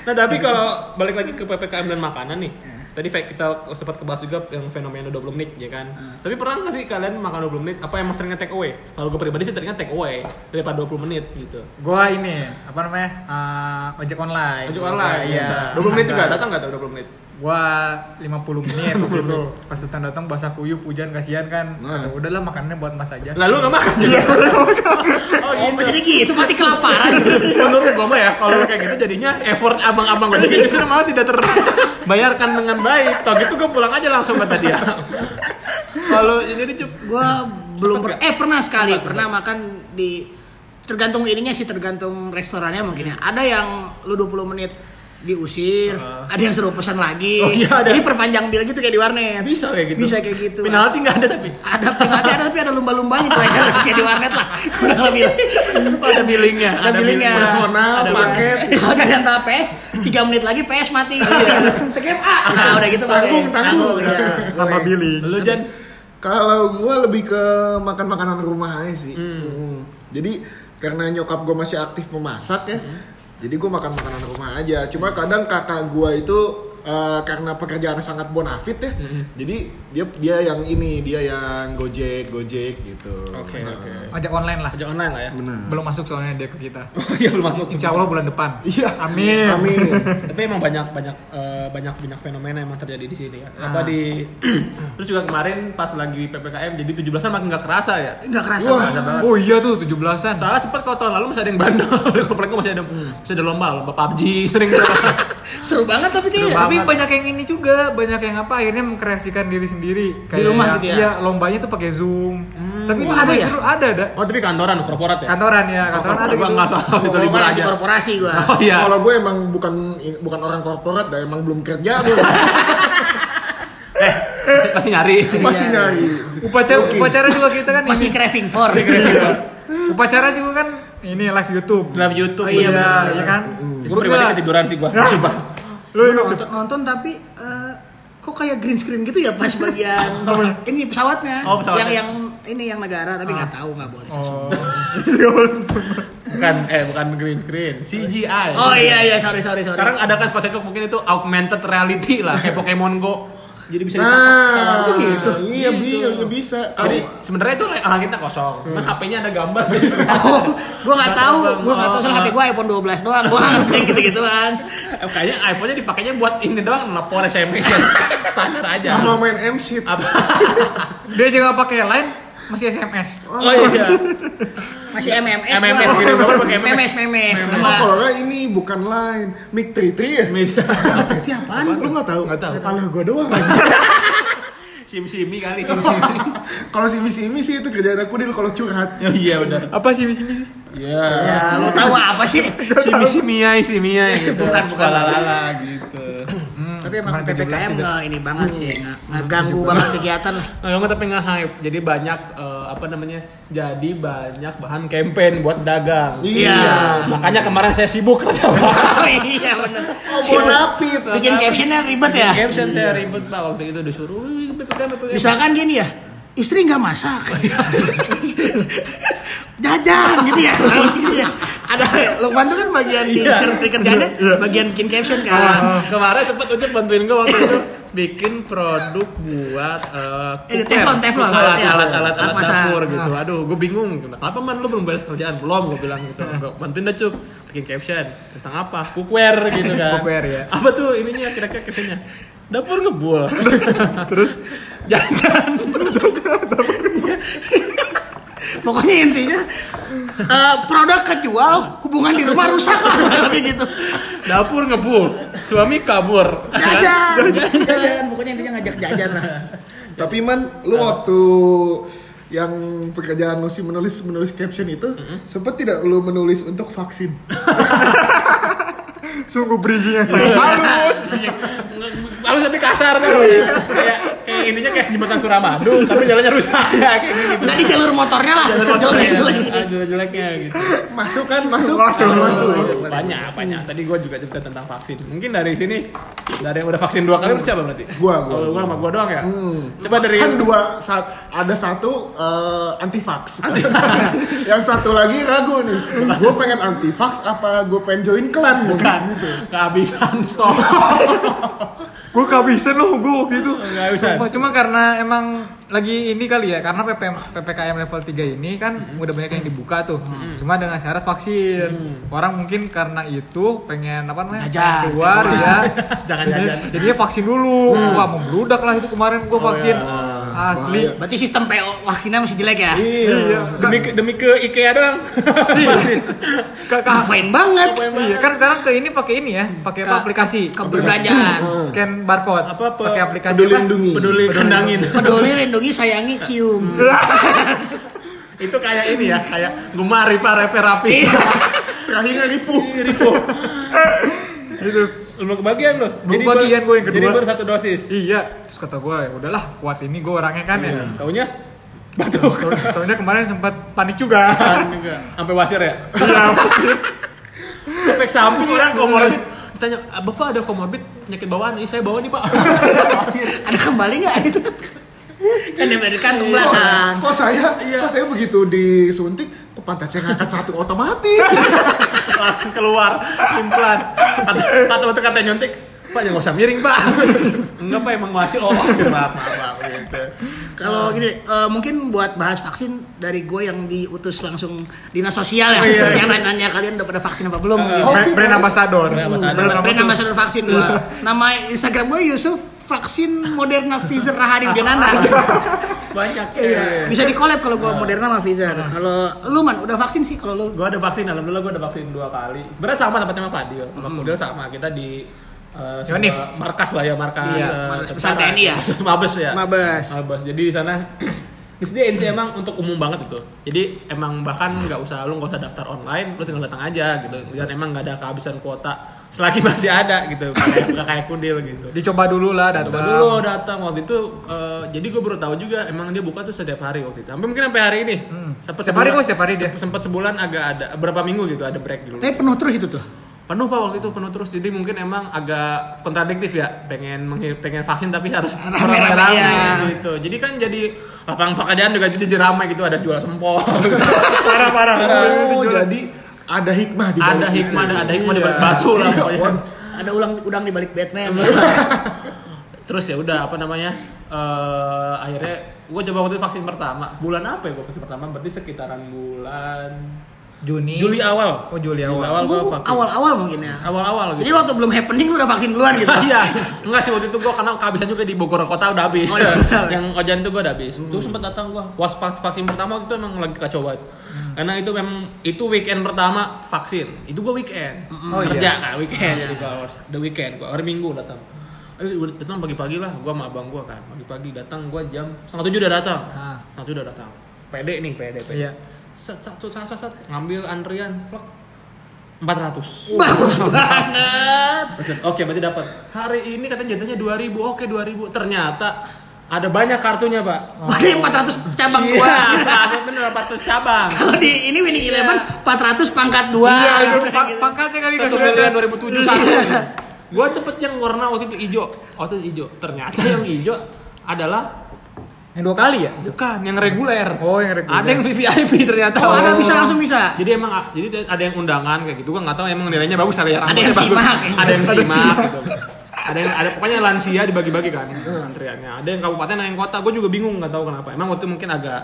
C: Nah, tapi kalau balik lagi ke PPKM dan makanan nih. Tadi Fe, kita sempat kebahas juga yang fenomena 20 menit ya kan. Tapi pernah nggak sih kalian makan 20 menit? Apa emang seringnya take away? Kalau gue pribadi sih seringnya take away daripada 20 menit gitu.
D: gua ini apa namanya eh, ojek online
C: Lanjut online
D: iya
C: ya. 20 menit juga datang nggak tuh 20 menit?
D: gua 50 menit gitu pas datang datang basah kuyup hujan kasihan kan
B: Nah.
D: Kata, udahlah makanannya buat mas aja
C: Lalu nggak makan? oh
A: Oh,
C: gitu.
A: jadi gitu, mati kelaparan.
C: Menurut gue mah ya, kalau kayak gitu jadinya effort abang-abang gue jadi justru malah tidak terbayarkan dengan baik. Tau gitu gue pulang aja langsung kata dia. Kalau ini nih cup,
A: gua belum per- eh pernah sekali pernah makan di tergantung ininya sih tergantung restorannya mungkin ya ada yang lu 20 menit diusir ada yang suruh pesan lagi
C: Oh, iya, ada.
A: jadi perpanjang bill gitu kayak di warnet
C: bisa kayak gitu.
A: bisa kayak gitu
C: Penalti nggak ada tapi.
A: ada penalti ada tapi ada lumba-lumbanya tuh aja kayak di warnet lah kurang lebih
C: Oh, ada billingnya,
A: ada billingnya
C: billing personal,
A: ada
C: paket. Oh,
A: kalau dari antara PS 3 menit lagi PS mati
C: iya.
A: skip A nah udah gitu
B: Tanggung,
A: pakai.
B: tanggung.
A: Tanggung, iya.
D: sama Billy
C: Lu Jan,
B: Kalau gua lebih ke makan makanan rumah aja sih. Hmm. Jadi karena nyokap gua masih aktif memasak ya.
C: Hmm.
B: Jadi gua makan makanan rumah aja. Cuma kadang kakak gua itu eh, karena pekerjaannya sangat bonafit ya.
C: Hmm.
B: Jadi dia dia yang ini, dia yang Gojek, Gojek gitu.
C: Oke,
B: Nah,
C: oke.
D: ojek online lah
C: ajak online lah ya.
B: Benar.
D: belum masuk soalnya dia ke kita
C: Iya belum masuk.
D: insya Allah bulan depan
B: Iya.
D: Amin.
B: Amin.
C: tapi emang banyak banyak eh, banyak banyak fenomena emang terjadi di sini ya. Apa di terus juga kemarin pas lagi PPKM jadi 17-an makin nggak kerasa ya.
A: nggak kerasa
B: Wah.
A: kerasa banget
D: oh iya tuh 17an
C: Soalnya sempat kalau tahun lalu masih ada yang bandel, komplek gue masih ada masih ada lomba, lomba PUBG sering
A: seru banget tapi kayak
D: Iya, tapi banyak yang ini juga banyak yang apa akhirnya mengkreasikan diri sendiri
A: rumah gitu ya?
D: iya lombanya tuh pakai zoom Tapi itu
A: Oh, ada
D: ada
A: ya?
D: Ada ada.
C: Oh tapi kantoran korporat ya?
D: Kantoran ya, kantoran ada
C: Gua
D: gitu.
C: nggak salah waktu itu
A: Kalau gua
C: libur aja.
A: lagi korporasi gua.
C: Oh iya.
B: Kalau gue emang bukan bukan orang korporat dan emang belum kerja gue
C: Eh masih- masih nyari.
A: Iya,
B: masih nyari.
D: iya. Upacara
B: Oke.
D: upacara juga kita kan
A: Masih
D: ini.
A: craving for.
D: Upacara juga kan ini live YouTube.
C: Live YouTube.
D: Oh, iya,
C: bener.
D: iya kan? Nah.
C: Gue pribadi ketiduran sih gua. Coba.
A: Lu nonton, nonton tapi eh, kok kayak green screen gitu ya pas bagian ini pesawatnya. Ah.
C: Oh, pesawatnya.
A: Yang yang ini yang negara tapi nggak tahu nggak boleh.
D: Oh.
C: Bukan eh bukan green screen. CGI.
A: Oh iya iya sorry sorry sorry.
C: Sekarang ada kan pas Facebook mungkin itu augmented reality lah kayak Pokemon Go. Jadi bisa
B: Nah,
A: Oh, gitu.
B: Iya,
C: Gitu.
B: bi- iya bisa.
C: Jadi
B: Tadi
C: sebenarnya itu orang kita kosong. Cuman HP-nya ada gambar.
A: Oh, gua nggak tahu, gua nggak tahu soal
C: Oh,
A: HP gua iPhone 12 doang, gua nggak ngerti gitu-gituan.
C: Eh, Kayaknya iPhone-nya dipakainya buat ini doang, nelpon SMS standar aja.
B: sama main MC.
C: iya. Apa?
D: Dia juga pakai line masih SMS.
C: Oh iya.
A: Masih MMS, gua.
C: MMS gitu, gua pakai MMS.
A: MMS, MMS.
B: Oh, kalau nggak ini bukan line, mic tri tri ya.
A: Berarti apaan?
B: Lu nggak tahu?
C: Nggak tahu.
B: Kepala gue doang. aja.
C: Sim-simi kali, sim-simi.
B: kalau si misi misi itu kerjaan aku deal kalau curhat.
C: Oh iya udah.
D: Apa sih misi misi?
C: Iya.
A: Ya, lu tahu apa sih?
D: Si misi miai si miai gitu.
A: Bukan, bukan. Hmm,
C: lala gitu.
A: Tapi emang PPKM nggak ini banget sih, nggak nggak ganggu banget kegiatan lah.
C: Nah, yang tapi nggak hype. Jadi banyak eh, apa namanya? Jadi banyak bahan campaign buat dagang.
A: Iya.
C: Makanya kemarin saya sibuk kerja. Pak.
A: Oh iya bener.
B: Oh, bonapit.
A: Bikin captionnya ribet ya.
C: Caption saya ribet pak waktu itu disuruh. "Wih, PPKM, PPKM."
A: Misalkan gini ya, istri nggak masak. Jajan gitu ya, gitu ya. Ada Lukman tuh kan bagian di
C: Iya.
A: ker- di kerjaannya, bagian bikin caption kan.
C: Nah, kemarin sempet Ucup bantuin gue waktu itu bikin produk buat eh,
A: Ini
C: cookware.
A: teflon, teflon,
C: alat
A: ya.
C: alat alat alat
A: Alat masak.
C: dapur gitu aduh gue bingung kenapa man lu belum beres kerjaan belum gue bilang gitu gue bantuin dah cup bikin caption tentang apa cookware gitu kan
D: Cookware, ya.
C: apa tuh ininya kira-kira captionnya dapur ngebul terus jajan
A: Pokoknya intinya eh, produk kejual, hubungan di rumah rusak lah, tapi gitu.
C: dapur ngebul suami kabur
A: Jajan, jajan. Pokoknya intinya ngajak jajan lah.
B: Tapi man, lu waktu yang pekerjaan lu sih menulis menulis caption itu, sempet tidak lu menulis untuk vaksin?
D: Sungguh bridgingnya.
B: Iya.
C: Halus tapi kasar kan kayak kayak ininya kayak jembatan Suramadu tapi jalannya rusak ya kayak gini
A: Nggak di jalur motornya lah,
C: Jalur motor
A: jelek
C: ya.
A: jelek.
C: Ah, jelek-jeleknya gitu.
B: Masuk kan? Masuk.
D: Masuk.
C: Banyak, banyak. Tadi gua juga cerita tentang vaksin. Mungkin dari sini dari yang udah vaksin dua kali berarti siapa berarti?
B: Gua, gua.
C: Oh, gua sama gua doang ya.
D: Hmm.
C: Coba dari
B: kan dua saat ada satu eh, antivax yang satu lagi ragu nih gue pengen antivax apa gue pengen join klan nih gitu.
C: kehabisan stok.
D: Gue kehabisan loh gue waktu itu.
C: Kehabisan.
D: Cuma, cuma karena emang lagi ini kali ya, karena PPM, PPKM level 3 ini kan udah banyak yang dibuka tuh. Cuma dengan syarat vaksin. Orang mungkin karena itu pengen apa namanya?
A: Jajan.
D: keluar ya.
C: Jangan
D: Jadi-
C: jajan.
D: Jadinya vaksin dulu. Wah, membludak lah itu kemarin gue vaksin. Asli.
B: bahaya.
A: Berarti sistem PO wakilnya masih jelek ya?
B: iya
C: demi ke, demi ke IKEA doang.
D: Ke- ke-
A: Ngapain banget?
D: Iya, kan sekarang ke ini pakai ini ya, pakai apa,
A: Ke-
D: aplikasi.
A: Kebelanjaan.
D: Scan barcode.
C: Apa, apa?
D: pakai aplikasi
B: peduli
D: apa?
B: lindungi
C: Peduli kendangin.
A: Peduli lindungi sayangi cium.
C: Itu kayak ini ya, kayak gumari pak refer rapi.
B: terakhirnya ribu
D: Gitu.
C: Iya, Belum kebagian loh.
D: Belum kebagian gua yang kedua.
C: Jadi baru satu dosis.
D: Iya, terus kata gue ya udahlah kuat ini gue orangnya kan ya.
C: Taunya batuk.
D: Soalnya kemarin sempat panik juga.
C: Sampai wasir ya? Efek samping orang komorbid. Ditanya, "Ah, Bapak ada komorbid penyakit bawaan? Iya, saya bawa nih, Pak. Wasir.
A: Ada kembali nggak itu? Kan yang dari kantong
D: Iya.
A: belakang.
B: kok saya kok saya begitu disuntik kok pantat saya ngangkat satu otomatis
C: Langsung keluar implan. Kata kata waktu kata nyuntik, Pak jangan usah miring, Pak. Enggak, Pak, emang wasir. Oh, wasir, maaf, maaf, maaf gitu.
A: Kalau gini, eh, mungkin buat bahas vaksin dari gue yang diutus langsung dinas sosial ya. Yang nanya kalian udah pada vaksin apa belum? gitu.
B: Oh,
D: Brand, brand ambassador.
C: Brand ambassador.
D: Brand
A: Brand
D: ambassador.
A: ambassador vaksin gue. Nama Instagram gue Yusuf Vaksin Moderna Pfizer Rahadi Denanda. Iya.
C: Banyak ya.
A: Bisa di collab kalau gue Moderna sama Pfizer. Kalau lu man udah vaksin sih kalau lu.
C: Gue ada vaksin, alhamdulillah gue ada vaksin dua kali. Sebenarnya sama tempatnya sama Fadil, sama Fadil sama kita di eh, sebuah
D: Yonif.
C: markas lah ya markas
A: Iya,
C: eh,
A: markas
C: tentara.
A: besar TNI ya?
C: mabes ya
A: Mabes.
C: mabes jadi di sana di sini NC emang untuk umum banget gitu jadi emang bahkan nggak usah lu nggak usah daftar online lu tinggal datang aja gitu dan emang nggak ada kehabisan kuota selagi masih ada gitu Nggak kayak- nggak kayak kudil gitu
D: Dicoba dulu lah datang.
C: Coba dulu datang waktu itu eh, jadi gue baru tahu juga emang dia buka tuh setiap hari waktu itu. Sampai mungkin sampai hari ini.
D: Hmm.
C: Sempat
D: Setiap
C: sebulan-
D: hari kok, setiap hari dia. Eh.
C: se- Sempat sebulan agak ada berapa minggu gitu ada break dulu.
A: Tapi penuh terus itu tuh.
C: Penuh pak waktu itu penuh terus jadi mungkin emang agak kontradiktif ya pengen menghi- pengen vaksin tapi harus
A: Rame-rame,
C: rame-rame
A: iya.
D: ya.
C: gitu. Jadi kan jadi lapangan pekerjaan juga jadi ramai gitu ada jual sempol. parah parah.
B: Oh, jadi ada hikmah di balik
C: iya, Ada
B: itu.
C: hikmah ada, ada hikmah di balik
D: Iya.
C: batu lah
B: Iya,
C: pokoknya.
B: waduh.
A: Ada ulang udang di balik Batman.
C: Terus ya udah apa namanya? eh akhirnya gue coba waktu itu vaksin pertama. Bulan apa ya gue vaksin pertama? Berarti sekitaran bulan
D: Juni.
C: Juli awal.
D: Oh, Juli awal.
C: gua
A: Oh,
C: vaksin.
A: awal-awal mungkin ya.
C: Awal-awal gitu.
A: Jadi waktu belum happening lu udah vaksin duluan gitu.
C: Iya, enggak sih waktu itu gue karena kehabisan juga di Bogor kota udah habis.
A: Oh, iya, benar.
C: Yang ojan itu gue udah habis.
D: Hmm.
C: Itu sempat datang gue was pas vaksin pertama waktu itu emang lagi kacau banget.
D: Hmm.
C: Karena itu memang itu weekend pertama vaksin. Itu gue weekend
D: Oh,
C: kerja
D: iya.
C: kan weekend jadi gue the weekend gue hari minggu datang. Eh, udah datang pagi-pagi lah, gue sama abang gue kan pagi-pagi datang gue jam setengah tujuh udah datang.
D: Ah.
C: Setengah tujuh udah datang. Pede nih pede pede.
D: Iya.
C: Set, set, set, set, set, ngambil antrian, plek, 400
A: Bagus banget.
C: Maksud, Oke, berarti dapat. Hari ini katanya jatuhnya 2000. Oke, 2000. Ternyata ada banyak kartunya, Pak.
A: Berarti 400 cabang
C: Iya.
A: dua.
C: bener 400 cabang.
A: Kalau di ini winning eleven 400 pangkat dua.
D: Iya, itu
A: Kayak
D: pa-
A: gitu.
D: pangkatnya kali
C: Satu
D: kejuaraan.
C: miliar 2007 satu. Gua dapet yang warna waktu itu hijau. Waktu itu hijau. Ternyata yang hijau adalah
D: Yang dua kali ya?
C: bukan yang reguler.
D: Oh, yang reguler.
C: Ada yang VVIP ternyata.
A: Oh, ada bisa langsung bisa.
C: Jadi emang jadi ada yang undangan kayak gitu gua nggak tahu emang nilainya bagus ada
A: Ada
C: yang rambutnya
A: yang
C: bagus.
A: simak.
C: ada yang
A: Ada yang
C: simak gitu. Ada yang ada pokoknya lansia dibagi-bagi kan antriannya. Ada yang kabupaten ada yang kota. Gue juga bingung nggak tahu kenapa. Emang waktu itu mungkin agak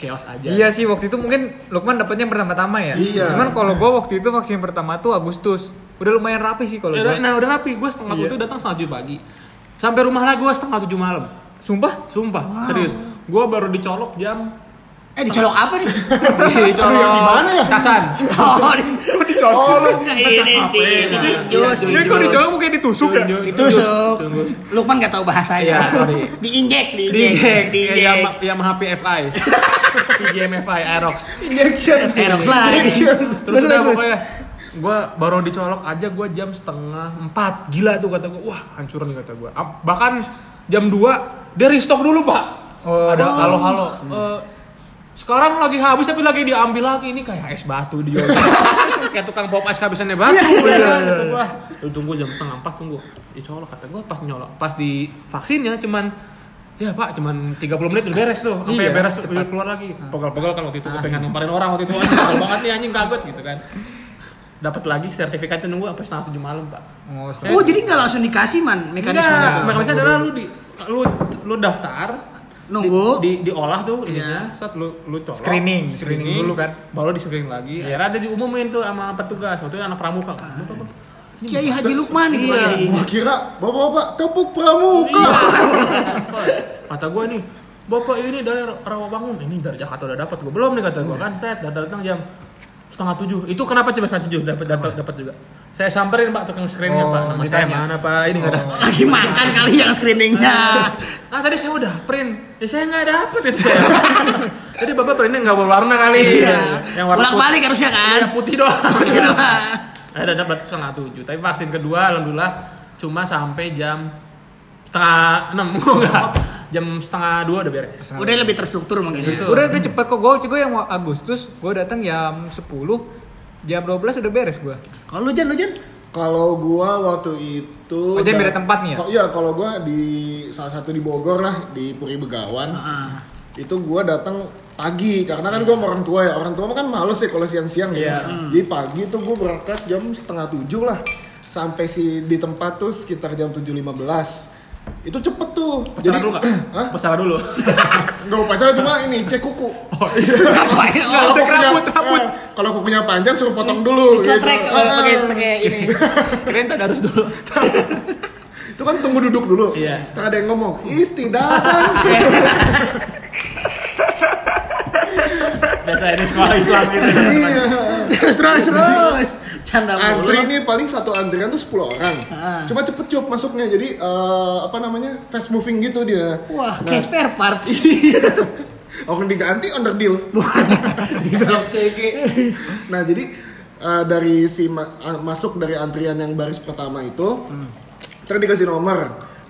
C: chaos aja.
D: Iya sih waktu itu mungkin Lukman dapatnya yang pertama-tama ya.
B: Iya.
D: Cuman kalau gua waktu itu vaksin pertama tuh Agustus. Udah lumayan rapi sih kalau
C: Ya, udah-
D: gua.
C: nah udah rapi. Gue setengah
D: Iya.
C: tujuh datang setengah tujuh pagi. Sampai rumah lah gue setengah tujuh malam.
D: Sumpah?
C: Sumpah serius. Gue baru dicolok jam.
A: Eh dicolok apa nih?
C: dicolok di mana ya? Kasan.
A: Oh, di-
B: Oh, lu
A: Nggak, ya? ini
B: pecah
A: ini,
B: HP.
A: ini.
C: Nah,
A: Jus,
C: iya,
D: Jadi
A: jus.
D: kalau dicolok mungkin ditusuk ya?
A: ditusuk.
C: Tunggu.
A: Lukman gak tahu
C: Iya,
A: bahasanya.
C: sorry.
A: diinjek, diinjek,
C: DJ,
A: diinjek.
C: ya, Yam- Yamaha PFI, PGMFI, Aerox.
B: Injection.
A: Aerox lagi.
B: Injection.
C: Terus udah
B: terus.
C: pokoknya gue baru dicolok aja gue jam setengah empat gila tuh kata gue wah hancur nih kata gue bahkan jam 2 dia restock dulu pak
D: Oh.
C: ada halo halo Eh, sekarang lagi habis tapi lagi diambil lagi ini kayak es batu di kayak tukang pop es kehabisannya batu ya, kata gue lu tunggu jam setengah empat tunggu dicolok kata gue pas nyolok pas di vaksinnya cuman ya pak cuman 30 menit udah beres tuh sampai
D: Iya,
C: beres
D: cepat.
C: keluar lagi pegal-pegal kan waktu itu gue pengen lemparin orang waktu itu Wah, pegal banget nih anjing kaget gitu kan dapat lagi sertifikatnya nunggu sampai setengah tujuh malam pak
D: Oh, se-
A: Oh, jadi nggak langsung dikasih man
C: Enggak,
A: mekanismenya.
C: mekanisme adalah lu di lu lu daftar
A: Nunggu.
C: di, di- diolah tuh
A: Iya.
C: ininya, set lu lu colok
D: Screening, screening dulu kan.
C: baru di screening lagi akhirnya ada diumumin tuh sama petugas waktu itu anak pramuka
A: Kiai Haji Lukman itu
C: Iya.
A: Kiai.
B: Gua kira bapak-bapak tepuk pramuka.
C: kata gue nih bapak ini dari Rawabangun ini dari Jakarta udah dapat gue belum nih kata gue kan saya datang datang jam setengah tujuh itu kenapa coba setengah tujuh dapat dapat dapat juga saya samperin pak tukang screeningnya
D: Oh,
C: pak nama saya Oh.
D: ditanya.
C: mana pak ini nggak ada
A: Lagi makan kali yang screeningnya.
C: ah tadi saya udah print ya saya nggak dapet itu saya jadi bapak printnya nggak berwarna kali
A: Iya.
C: yang warna
A: Bolak balik harusnya kan.
C: Iya, putih doang
A: Putih doang.
C: ada dapat setengah tujuh tapi vaksin kedua alhamdulillah cuma sampai jam setengah enam enggak jam setengah dua udah beres
A: Udah lebih terstruktur mungkin. ya.
C: Gitu.
D: Oh. Udah udah cepet kok gua juga yang Agustus gua datang jam 10 jam 12 udah beres gua.
A: Kalau lu Jan, lu Jan?
B: Kalau gua waktu itu
D: Oh, jadi
B: da-
D: beda tempat nih ya?
B: Ko- Iya, kalau gua di salah satu di Bogor lah, di Puri Begawan.
A: Ah.
B: Itu gua datang pagi karena kan gua sama orang tua ya. Orang tua mah kan males ya kalau siang-siang
D: Iya.
B: ya.
A: Hmm.
B: Jadi pagi tuh gua berangkat jam setengah tujuh lah. Sampai si di tempat tuh sekitar jam 7.15. Itu cepet tuh.
C: Pacaran dulu nggak?
B: Hah?
C: Pacaran dulu.
B: Enggak mau pacaran cuma ini cek kuku.
D: Oh,
A: Ngapain?
B: Kalau
A: Oh,
D: iya. cek
B: kukunya-
D: rambut, rambut.
B: eh, Kalau kukunya panjang suruh potong dulu. gitu.
A: Dicotrek oh,
B: Ah.
A: pakai pakai ini.
C: Keren tak harus dulu.
B: Itu kan tunggu duduk dulu.
C: Iya.
B: Tak ada yang ngomong. Istidadan.
A: Iya.
C: Biasa ini sekolah Islam gitu.
B: Iya.
A: Terus terus terus. Canda mulu.
B: Antri ini paling satu antrian tuh 10 orang.
A: Ah.
B: Cuma cepet cup masuknya. Jadi eh, apa namanya? fast moving gitu dia.
A: Wah,
B: Nah,
A: kayak spare part.
B: Aku diganti under deal.
A: di dalam CG
B: Nah jadi eh, dari si ma- eh, masuk dari antrian yang baris pertama itu, terus dikasih nomor,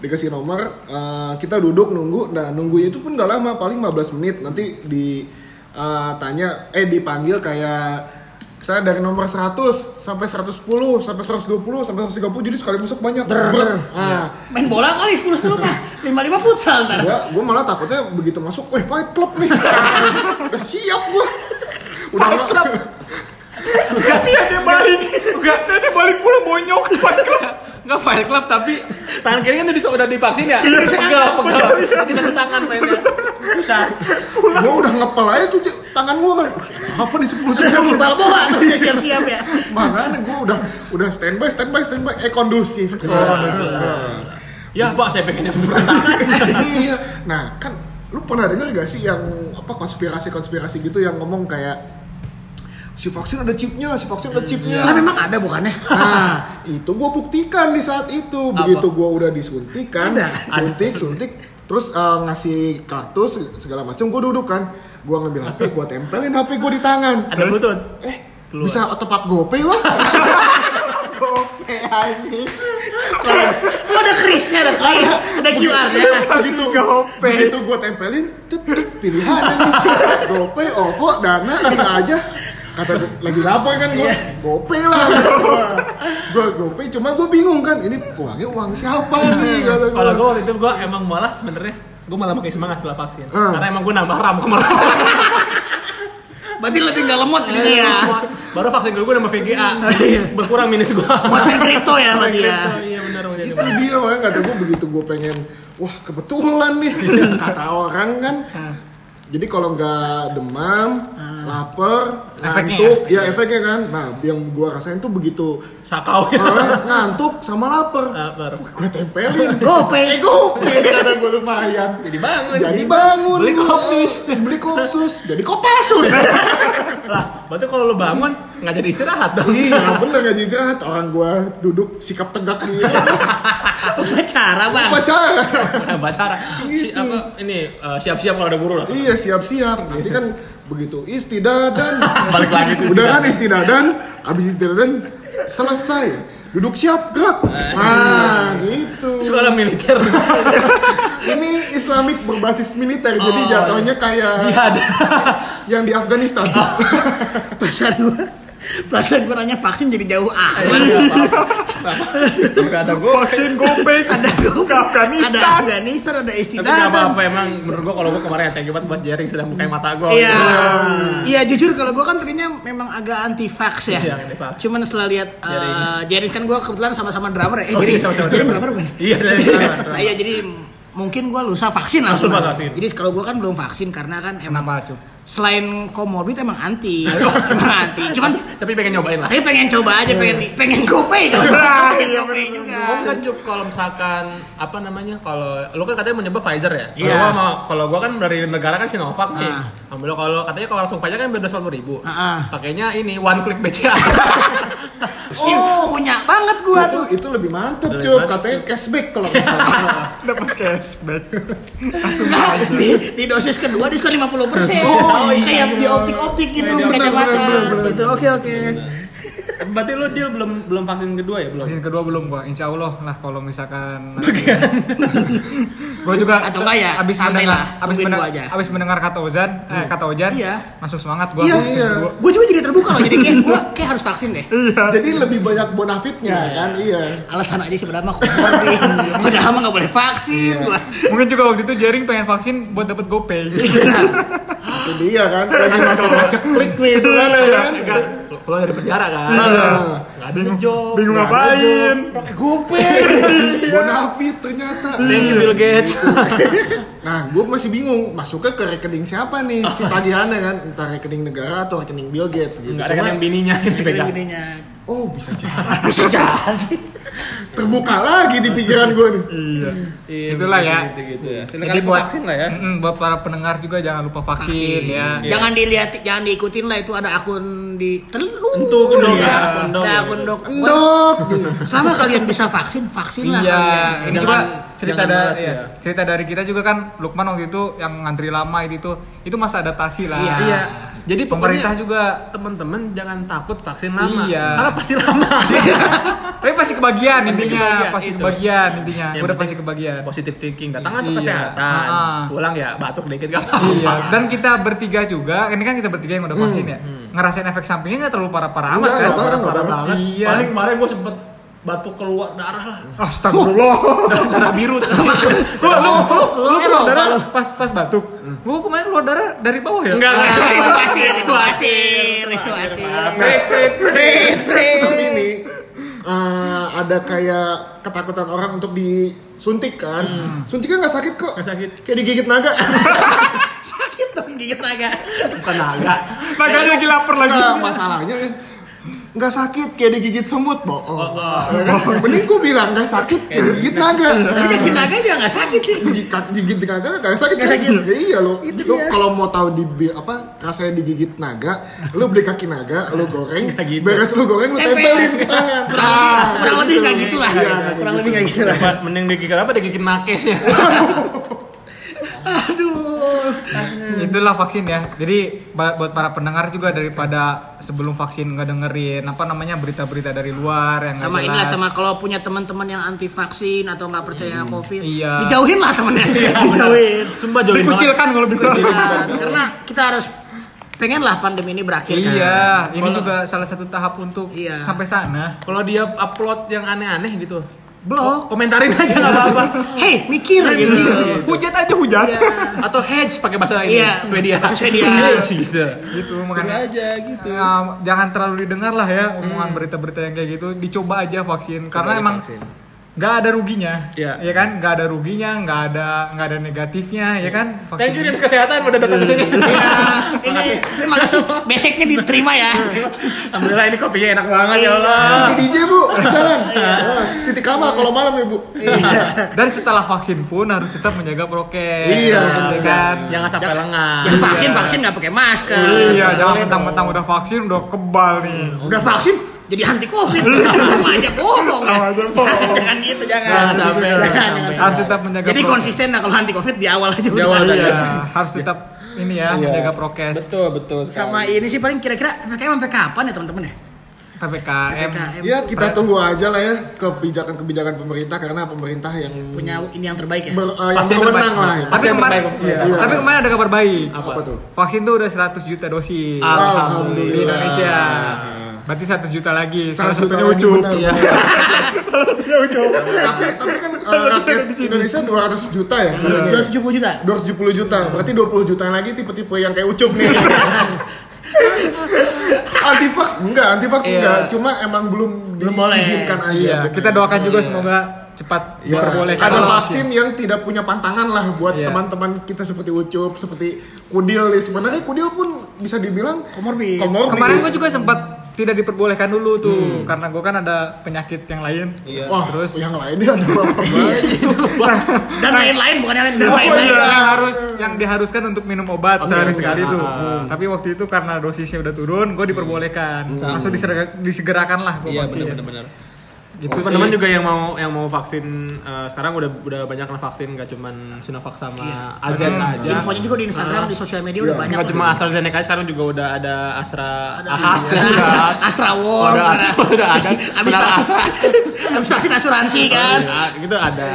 B: dikasih nomor, eh, kita duduk nunggu. Nah nunggunya itu pun gak lama, paling 15 menit. Nanti ditanya, eh dipanggil kayak saya dari nomor 100 sampai 110 sampai 120 sampai 130 jadi sekali masuk banyak Brr. Ah.
A: main bola kali 10 10 mah lima lima futsal ntar
B: gua gua malah takutnya begitu masuk, weh fight club nih. Udah siap gua. Udah fight club.
D: Enggak, dia balik. Enggak, dia balik pula bonyok Fight Club. Enggak Fight Club tapi tangan kiri kan udah, dis- udah divaksin ya. Pegal, pegal. Jadi satu tangan mainnya.
C: Susah.
B: Gua udah ngepel aja tuh j- tangan gua kan. Apa nih 10
A: Rocky
B: sekali?
A: Balboa tuh udah siap siap ya
B: Makanya gua udah udah standby standby standby eh kondusif.
D: iya.
C: Ya, Pak, saya pengen yang berantakan.
B: iya. Nah, kan lu pernah dengar gak sih yang apa konspirasi-konspirasi gitu yang ngomong kayak si vaksin ada chipnya, si vaksin ada chipnya.
A: lah memang ada bukannya
B: Nah, itu gue buktikan di saat itu. Begitu gue udah disuntik kan,
A: Ada.
B: suntik, suntik, terus eh, ngasih kartu se- segala macam. Gue duduk kan, gue ngambil HP, gue tempelin HP gue di tangan.
C: Ada butut.
B: Eh, bisa otopap gopay lah. gopay anjing.
A: kok Oh, ada krisnya ada kris ada QR nya
B: Begitu
D: Gopay.
B: Begitu gue tempelin, tet, tet, pilihan ini. Gopay, OVO, Dana, ini aja. Kata gua, lagi lapar kan gue, gopay lah. Gue gopay, cuma gue bingung kan, ini uangnya uang siapa nih? Kata gua.
C: Kalau gue waktu itu gue emang malah sebenarnya gue malah pakai semangat setelah vaksin.
B: Hmm.
C: Karena emang gue nambah ram gue malah.
A: berarti lebih nggak lemot gitu ya
C: Baru vaksin gue gue nambah VGA. Berkurang minus gue.
A: buat main kripto ya berarti ya
C: Iya benar benar.
B: itu dia makanya kata gue begitu gue pengen wah kebetulan nih kata orang kan jadi kalau nggak demam lapar
C: Efeknya
B: ngantuk ya efeknya kan nah yang gue rasain tuh begitu
C: Sakau ya.
B: orang ngantuk sama
C: Ah.
B: lapar
C: Baru.
B: gue tempelin
A: GoPay
B: ego kata gue lumayan
C: Jadi bangun.
B: jadi bangun
C: Beli kopsus.
B: beli kopsus jadi kopasus
C: Lah, berarti kalau lu bangun nggak jadi istirahat dong.
B: iya bener gak jadi istirahat orang gue duduk sikap tegak di
A: upacara bang
B: pacaran
C: Bacara. Si, apa ini eh, siap-siap kalau ada guru lah.
B: Iya siap-siap. Nanti kan begitu istidadan.
C: Balik lagi tuh
B: Udah kan istidadan, habis istidadan selesai. Duduk siap gerak. Nah, gitu.
C: Eh. Sekolah militer.
B: Ini Islamik berbasis militer, jadi jatuhnya kayak
C: Oh. Jihad.
B: yang di Afghanistan.
A: perasaan gua perasaan gua nanya vaksin jadi jauh ah.
C: Iya.
A: amat
C: Enggak ada gue.
D: Vaksin Gopay.
A: ada
D: Ke
A: ada
D: Afghanistan.
A: Afghanistan ada
C: Tapi nggak
A: Istiqlal
C: apa-apa Oh, emang menurut gue kalau gue kemarin ya thank you banget buat jaring sudah mukai mata gue.
A: Iya. Iya jujur kalau gue kan tadinya memang agak anti vax ya.
C: Iya, anti-vax.
A: Cuman setelah lihat eh, Jerry kan gue kebetulan sama-sama drummer ya. Eh,
C: Oh,
A: jadi
C: iya, sama-sama
A: Jerry
C: drummer.
A: drummer bukan?
C: Iya, dari drummer.
A: Nah, iya jadi m- mungkin gue lusa vaksin langsung.
C: Lupa vaksin.
A: Jadi kalau gue kan belum vaksin karena kan emang
D: Kenapa tuh?
A: selain komorbid emang anti. emang anti. Cuman
C: Tapi pengen nyobain lah.
A: tapi pengen coba
C: Iya,
A: aja pengen pengen gopay kalau pengen gopay juga.
C: Gue kan Jup, kalau misalkan apa namanya kalau lu kan katanya mencoba Pfizer ya. Kalau
A: Iya.
C: gua mau kalau gua kan dari negara kan Sinovac nih.
A: Ah.
C: Ambil kalau katanya kalau langsung Pfizer kan beda empat ribu.
A: Ah, ah.
C: Pakainya ini one click BCA.
A: Sih, Oh, punya banget gue
B: itu,
A: tuh.
B: itu lebih mantep,
C: Lebih
B: cuy.
C: mantep.
B: Katanya cashback kalau nggak salah.
D: Dapat cashback.
A: Enggak, Nah, di, di dosis kedua diskon 50 persen.
B: Oh, iya.
A: kayak di optik-optik gitu,
B: Iya, iya,
A: kacamata
B: bener, bener, bener.
A: gitu. Oke, oke.
C: Berarti lu deal belum belum vaksin kedua ya belum.
D: Vaksin kedua belum gua, insya Allah lah kalau misalkan Gua juga
A: Atau enggak ya,
D: abis
A: santai
D: mendengar,
A: lah,
D: abis,
A: tungguin
D: mendengar,
A: gua aja.
D: abis mendengar kata Ozan, eh, kata Ojan,
A: Iya.
D: masuk semangat gua.
A: Iya,
D: vaksin
B: iya.
D: kedua.
A: Gue juga jadi terbuka loh, jadi kayak gue kayak harus vaksin deh.
B: Jadi lebih banyak bonafitnya kan, iya.
A: Alasan aja sih padahal mah komorbid. Padahal mah nggak boleh
B: Iya.
A: vaksin gua.
D: Mungkin juga waktu itu Jaring pengen vaksin buat dapat GoPay.
B: Itu dia kan, lagi masuk ngeceklik nih itu kan, ya kan.
C: Kalau dari penjara kan.
B: Nah.
C: Enggak ada job.
D: Bingung
B: Nggak ada,
D: ngapain?
B: Gopay, bonafit ternyata.
C: Thank you Bill Gates.
B: Nah, gue masih bingung masuknya ke rekening siapa nih si tagihannya kan, entah rekening negara atau rekening Bill Gates gitu.
C: Enggak ada kan
B: Cuma,
C: yang bininya ini pegang.
A: Gini-gininya.
B: oh bisa jadi, Iya, bisa jadi. Terbuka lagi di pikiran gue nih.
C: Iya,
D: Itulah ya.
C: Gitu-gitu ya.
D: Jadi
C: Silakan
D: buat-
C: vaksin lah ya.
D: Mm-mm, buat para pendengar juga jangan lupa vaksin, ya.
A: Iya. Jangan dilihat, jangan diikutin lah itu ada akun di telur.
C: Entu, kendok,
A: ya.
C: ya, kendok.
A: Ada akun dok.
B: Endok.
A: Sama kalian bisa vaksin, vaksin lah.
D: Iya,
A: kalian.
D: ini
C: Jangan-
D: juga cerita
C: jangan
D: dari
C: malas,
D: iya,
C: ya.
D: cerita dari kita juga kan Lukman waktu itu yang ngantri lama itu tuh itu masa adaptasi lah.
C: Iya. Iya. Jadi pokoknya-
D: pemerintah juga
C: Teman-teman jangan takut vaksin lama.
D: Iya.
C: Karena pasti lama.
D: tapi pasti kebagian
C: Pasti
D: intinya,
C: kebagian,
D: pasti
C: itu.
D: kebagian intinya.
C: Yang
D: Udah
C: penting
D: pasti kebagian.
C: Positif thinking, datang aja
D: Iya.
C: kesehatan.
D: Ah.
C: Pulang ya batuk dikit gak apa-apa.
D: Iya, dan kita bertiga juga, ini kan kita bertiga yang udah vaksin ya. Ngerasain efek sampingnya nggak terlalu parah-parah
B: Enggak,
D: amat kan?
B: nggak parah, nggak parah.
C: banget.
D: Iya.
C: Paling kemarin gue sempet batuk keluar darah lah.
B: Astagfirullah.
C: Darah, darah biru. terutama.
D: Lu, lu, lu, lu
B: Oh,
A: Eropa
D: keluar darah
A: lu.
D: pas pas batuk. Lu kemarin keluar darah dari bawah ya?
C: Enggak, enggak.
A: Ah, itu asir, itu asir, itu asir.
D: Prit, prit, prit.
B: Tapi ini eh, ada kayak ketakutan orang untuk disuntik kan. Suntiknya nggak sakit kok.
C: Nggak sakit.
B: Kayak digigit naga.
A: Sakit dong gigit naga.
C: Bukan naga.
D: Makanya lagi lapar lagi.
B: Nah, masalahnya nggak sakit kayak digigit semut bohong. Ya kan? Mending gue bilang nggak sakit kayak digigit naga.
A: Tapi gigit naga juga nggak sakit sih.
B: Gigit- gigit di naga nggak sakit kan? Ya iya lo. Lo kalau mau tahu di bi- apa rasanya digigit naga, lo beli kaki naga, lo goreng,
C: Nggak gitu.
B: beres lo goreng lo
A: Tempel.
B: tempelin ke tangan.
A: Kurang lebih,
D: Ah.
A: Ah, kurang lebih nggak gitu lah.
B: Iya,
A: Kurang lebih nggak gitu lah.
C: Mending digigit apa digigit nakesnya.
A: Aduh.
D: Itulah vaksin ya. Jadi ba- buat para pendengar juga daripada sebelum vaksin nggak dengerin apa namanya berita-berita dari luar yang nggak
A: Sama
D: jelas.
A: inilah sama kalau punya teman-teman yang anti vaksin atau nggak percaya covid,
D: Iya.
A: dijauhin lah temennya. dijauhin.
C: Sumpah jauhin banget.
D: Dikucilkan kalau bisa.
A: Iya, karena kita harus pengenlah pandemi ini berakhir kan.
D: Iya, ini
C: Kalau-
D: juga salah satu tahap untuk
A: Iya.
D: sampai sana.
C: Kalau dia upload yang aneh-aneh gitu,
A: Blok.
C: komentarin aja nggak apa-apa.
A: Hey, mikir gitu.
D: Hujat aja hujat.
A: Iya.
C: Atau hedge pakai bahasa ini,
A: Iya.
C: Swedia.
A: Swedia.
C: Hedge gitu.
D: Gitu
C: Suruh
D: makanya.
C: aja gitu.
D: eh, jangan terlalu didengar lah ya omongan berita-berita yang kayak gitu. Dicoba aja vaksin karena
C: Hmm. aja
D: emang
C: vaksin.
D: nggak ada ruginya,
C: Iya.
D: ya kan? Nggak ada ruginya, nggak ada nggak ada negatifnya, ya kan? Vaksin
C: Thank you
D: ini.
C: dinas kesehatan udah datang ke sini.
A: Iya, ini terima kasih. Basicnya diterima ya.
C: Alhamdulillah ini kopinya enak banget ya Allah.
D: Ah.
B: Titik DJ bu, jalan.
D: Iya.
B: Wah, Titik kama kalau malam ya bu.
D: Dan setelah vaksin pun harus tetap menjaga prokes.
B: Iya,
D: ya kan?
C: Jangan sampai lengah.
A: Yang vaksin vaksin nggak pakai masker.
D: Iya, jangan mentang-mentang udah vaksin udah kebal nih.
A: Udah vaksin jadi anti covid. Sama aja bohong. ya. Jangan, jangan gitu jangan.
C: Jangan
A: Jangan,
C: sampai, jangan
A: jangan.
C: sampai.
D: Harus tetap menjaga
A: Jadi
D: prokes.
A: konsisten lah kalau anti covid di awal aja.
C: Di awal
A: udah.
C: aja.
D: Iya, harus tetap ini ya menjaga prokes.
C: Betul, betul.
A: Sama ini sih paling kira-kira PKM sampai kapan ya teman-teman ya?
D: PPKM.
A: PKM.
B: Ya kita tunggu aja lah ya kebijakan-kebijakan pemerintah karena pemerintah yang
A: punya ini yang terbaik ya.
B: ber, eh, yang
D: Pasti yang
B: berwenang
D: terbaik.
B: lah. ya.
D: Tapi
C: Pasti yang
D: kemarin,
C: terbaik.
D: iya.
B: Iya.
D: tapi kemarin ada kabar baik.
B: Apa, tuh?
D: Vaksin tuh udah 100 juta dosis di
C: Ah.
B: Alhamdulillah.
D: Indonesia. Berarti 100 juta lagi.
B: Salah
D: Salah
B: satu
D: satunya ucup.
B: Iya. tapi tapi kan eh, rakyat Indonesia 200 juta
D: Iya.
B: ya.
A: 270 juta.
B: 270 juta. Berarti 20 juta lagi tipe-tipe yang kayak Ucup nih. antivax enggak, antivax
D: Iya.
B: enggak. Cuma emang belum,
A: Belum boleh.
B: diizinkan aja.
D: Iya,
B: Bener.
D: kita doakan juga semoga cepat
B: Ya,
D: diperbolehkan.
B: ada vaksin yang tidak punya pantangan lah buat
D: Iya.
B: teman-teman kita seperti Ucup, seperti Kudil nih. Sebenarnya Kudil pun bisa dibilang
A: Komorbid.
B: komorbid.
D: Kemarin gue juga sempat tidak diperbolehkan dulu tuh karena gue kan ada penyakit yang lain.
B: Wah, iya.
D: Terus
B: Oh, yang lainnya ada apa banget?
D: Iya.
A: Dan lain-lain bukan yang lain. Dan
D: Oh,
A: lain-lain.
D: iya. yang harus yang diharuskan untuk minum obat sehari
C: iya.
D: sekali tuh.
C: Ah, ah, ah.
D: Tapi waktu itu karena dosisnya udah turun, gue diperbolehkan. Langsung diseraga- disegerakan lah gue
C: Iya,
D: vaksin.
C: benar-benar.
D: Gitu sih.
C: Teman-teman juga yang mau yang mau vaksin eh, sekarang udah udah banyak lah vaksin gak cuman Sinovac sama AZ aja.
A: Infonya juga di Instagram, di sosial media udah banyak.
C: Nggak
A: lah.
C: cuma AstraZeneca sekarang juga udah ada Astra
A: Ada
C: Ahas
A: Astra, Astra, Astra War,
C: Iya.
A: ada.
C: Udah Astra, udah ada.
A: Abis
C: Kenapa
A: vaksin, abis vaksin asuransi kan.
C: Iya, gitu ada.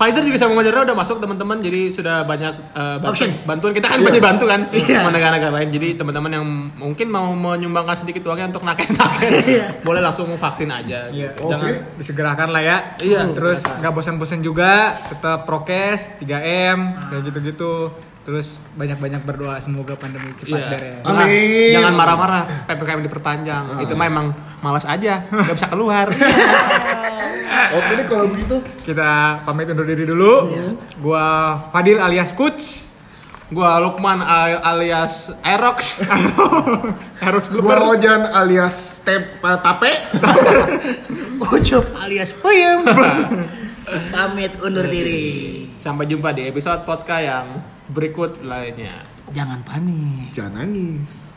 C: Pfizer juga sama Moderna udah masuk teman-teman jadi sudah banyak eh, bantu-
A: Option.
C: bantuan kita kan
B: Iya.
C: pasti bantu kan
A: Iya.
C: sama negara-negara lain. Jadi teman-teman yang mungkin mau menyumbangkan sedikit uangnya untuk nakes-nakes boleh langsung vaksin aja.
D: Iya.
C: gitu.
B: Oh,
C: Jangan
B: sih.
D: disegerakan lah ya.
C: Iya,
D: Terus nggak bosan-bosan juga, tetap prokes, 3M, kayak gitu-gitu. Terus banyak-banyak berdoa semoga pandemi cepat
C: Iya.
D: beres.
C: Jangan-
B: Amin.
C: Jangan marah-marah, PPKM diperpanjang. Itu mah emang malas aja, nggak bisa keluar.
B: Oke deh kalau begitu.
D: Kita pamit undur diri dulu. Gua Fadil alias Kuts.
C: Gua Lukman a- alias Aerox.
D: Harus
B: Gua
D: blooper.
B: Ojan alias Tep Tape.
A: Ucup alias puyem. Pamit undur diri.
C: Sampai jumpa di episode podcast yang berikut lainnya.
A: Jangan panik.
B: Jangan nangis.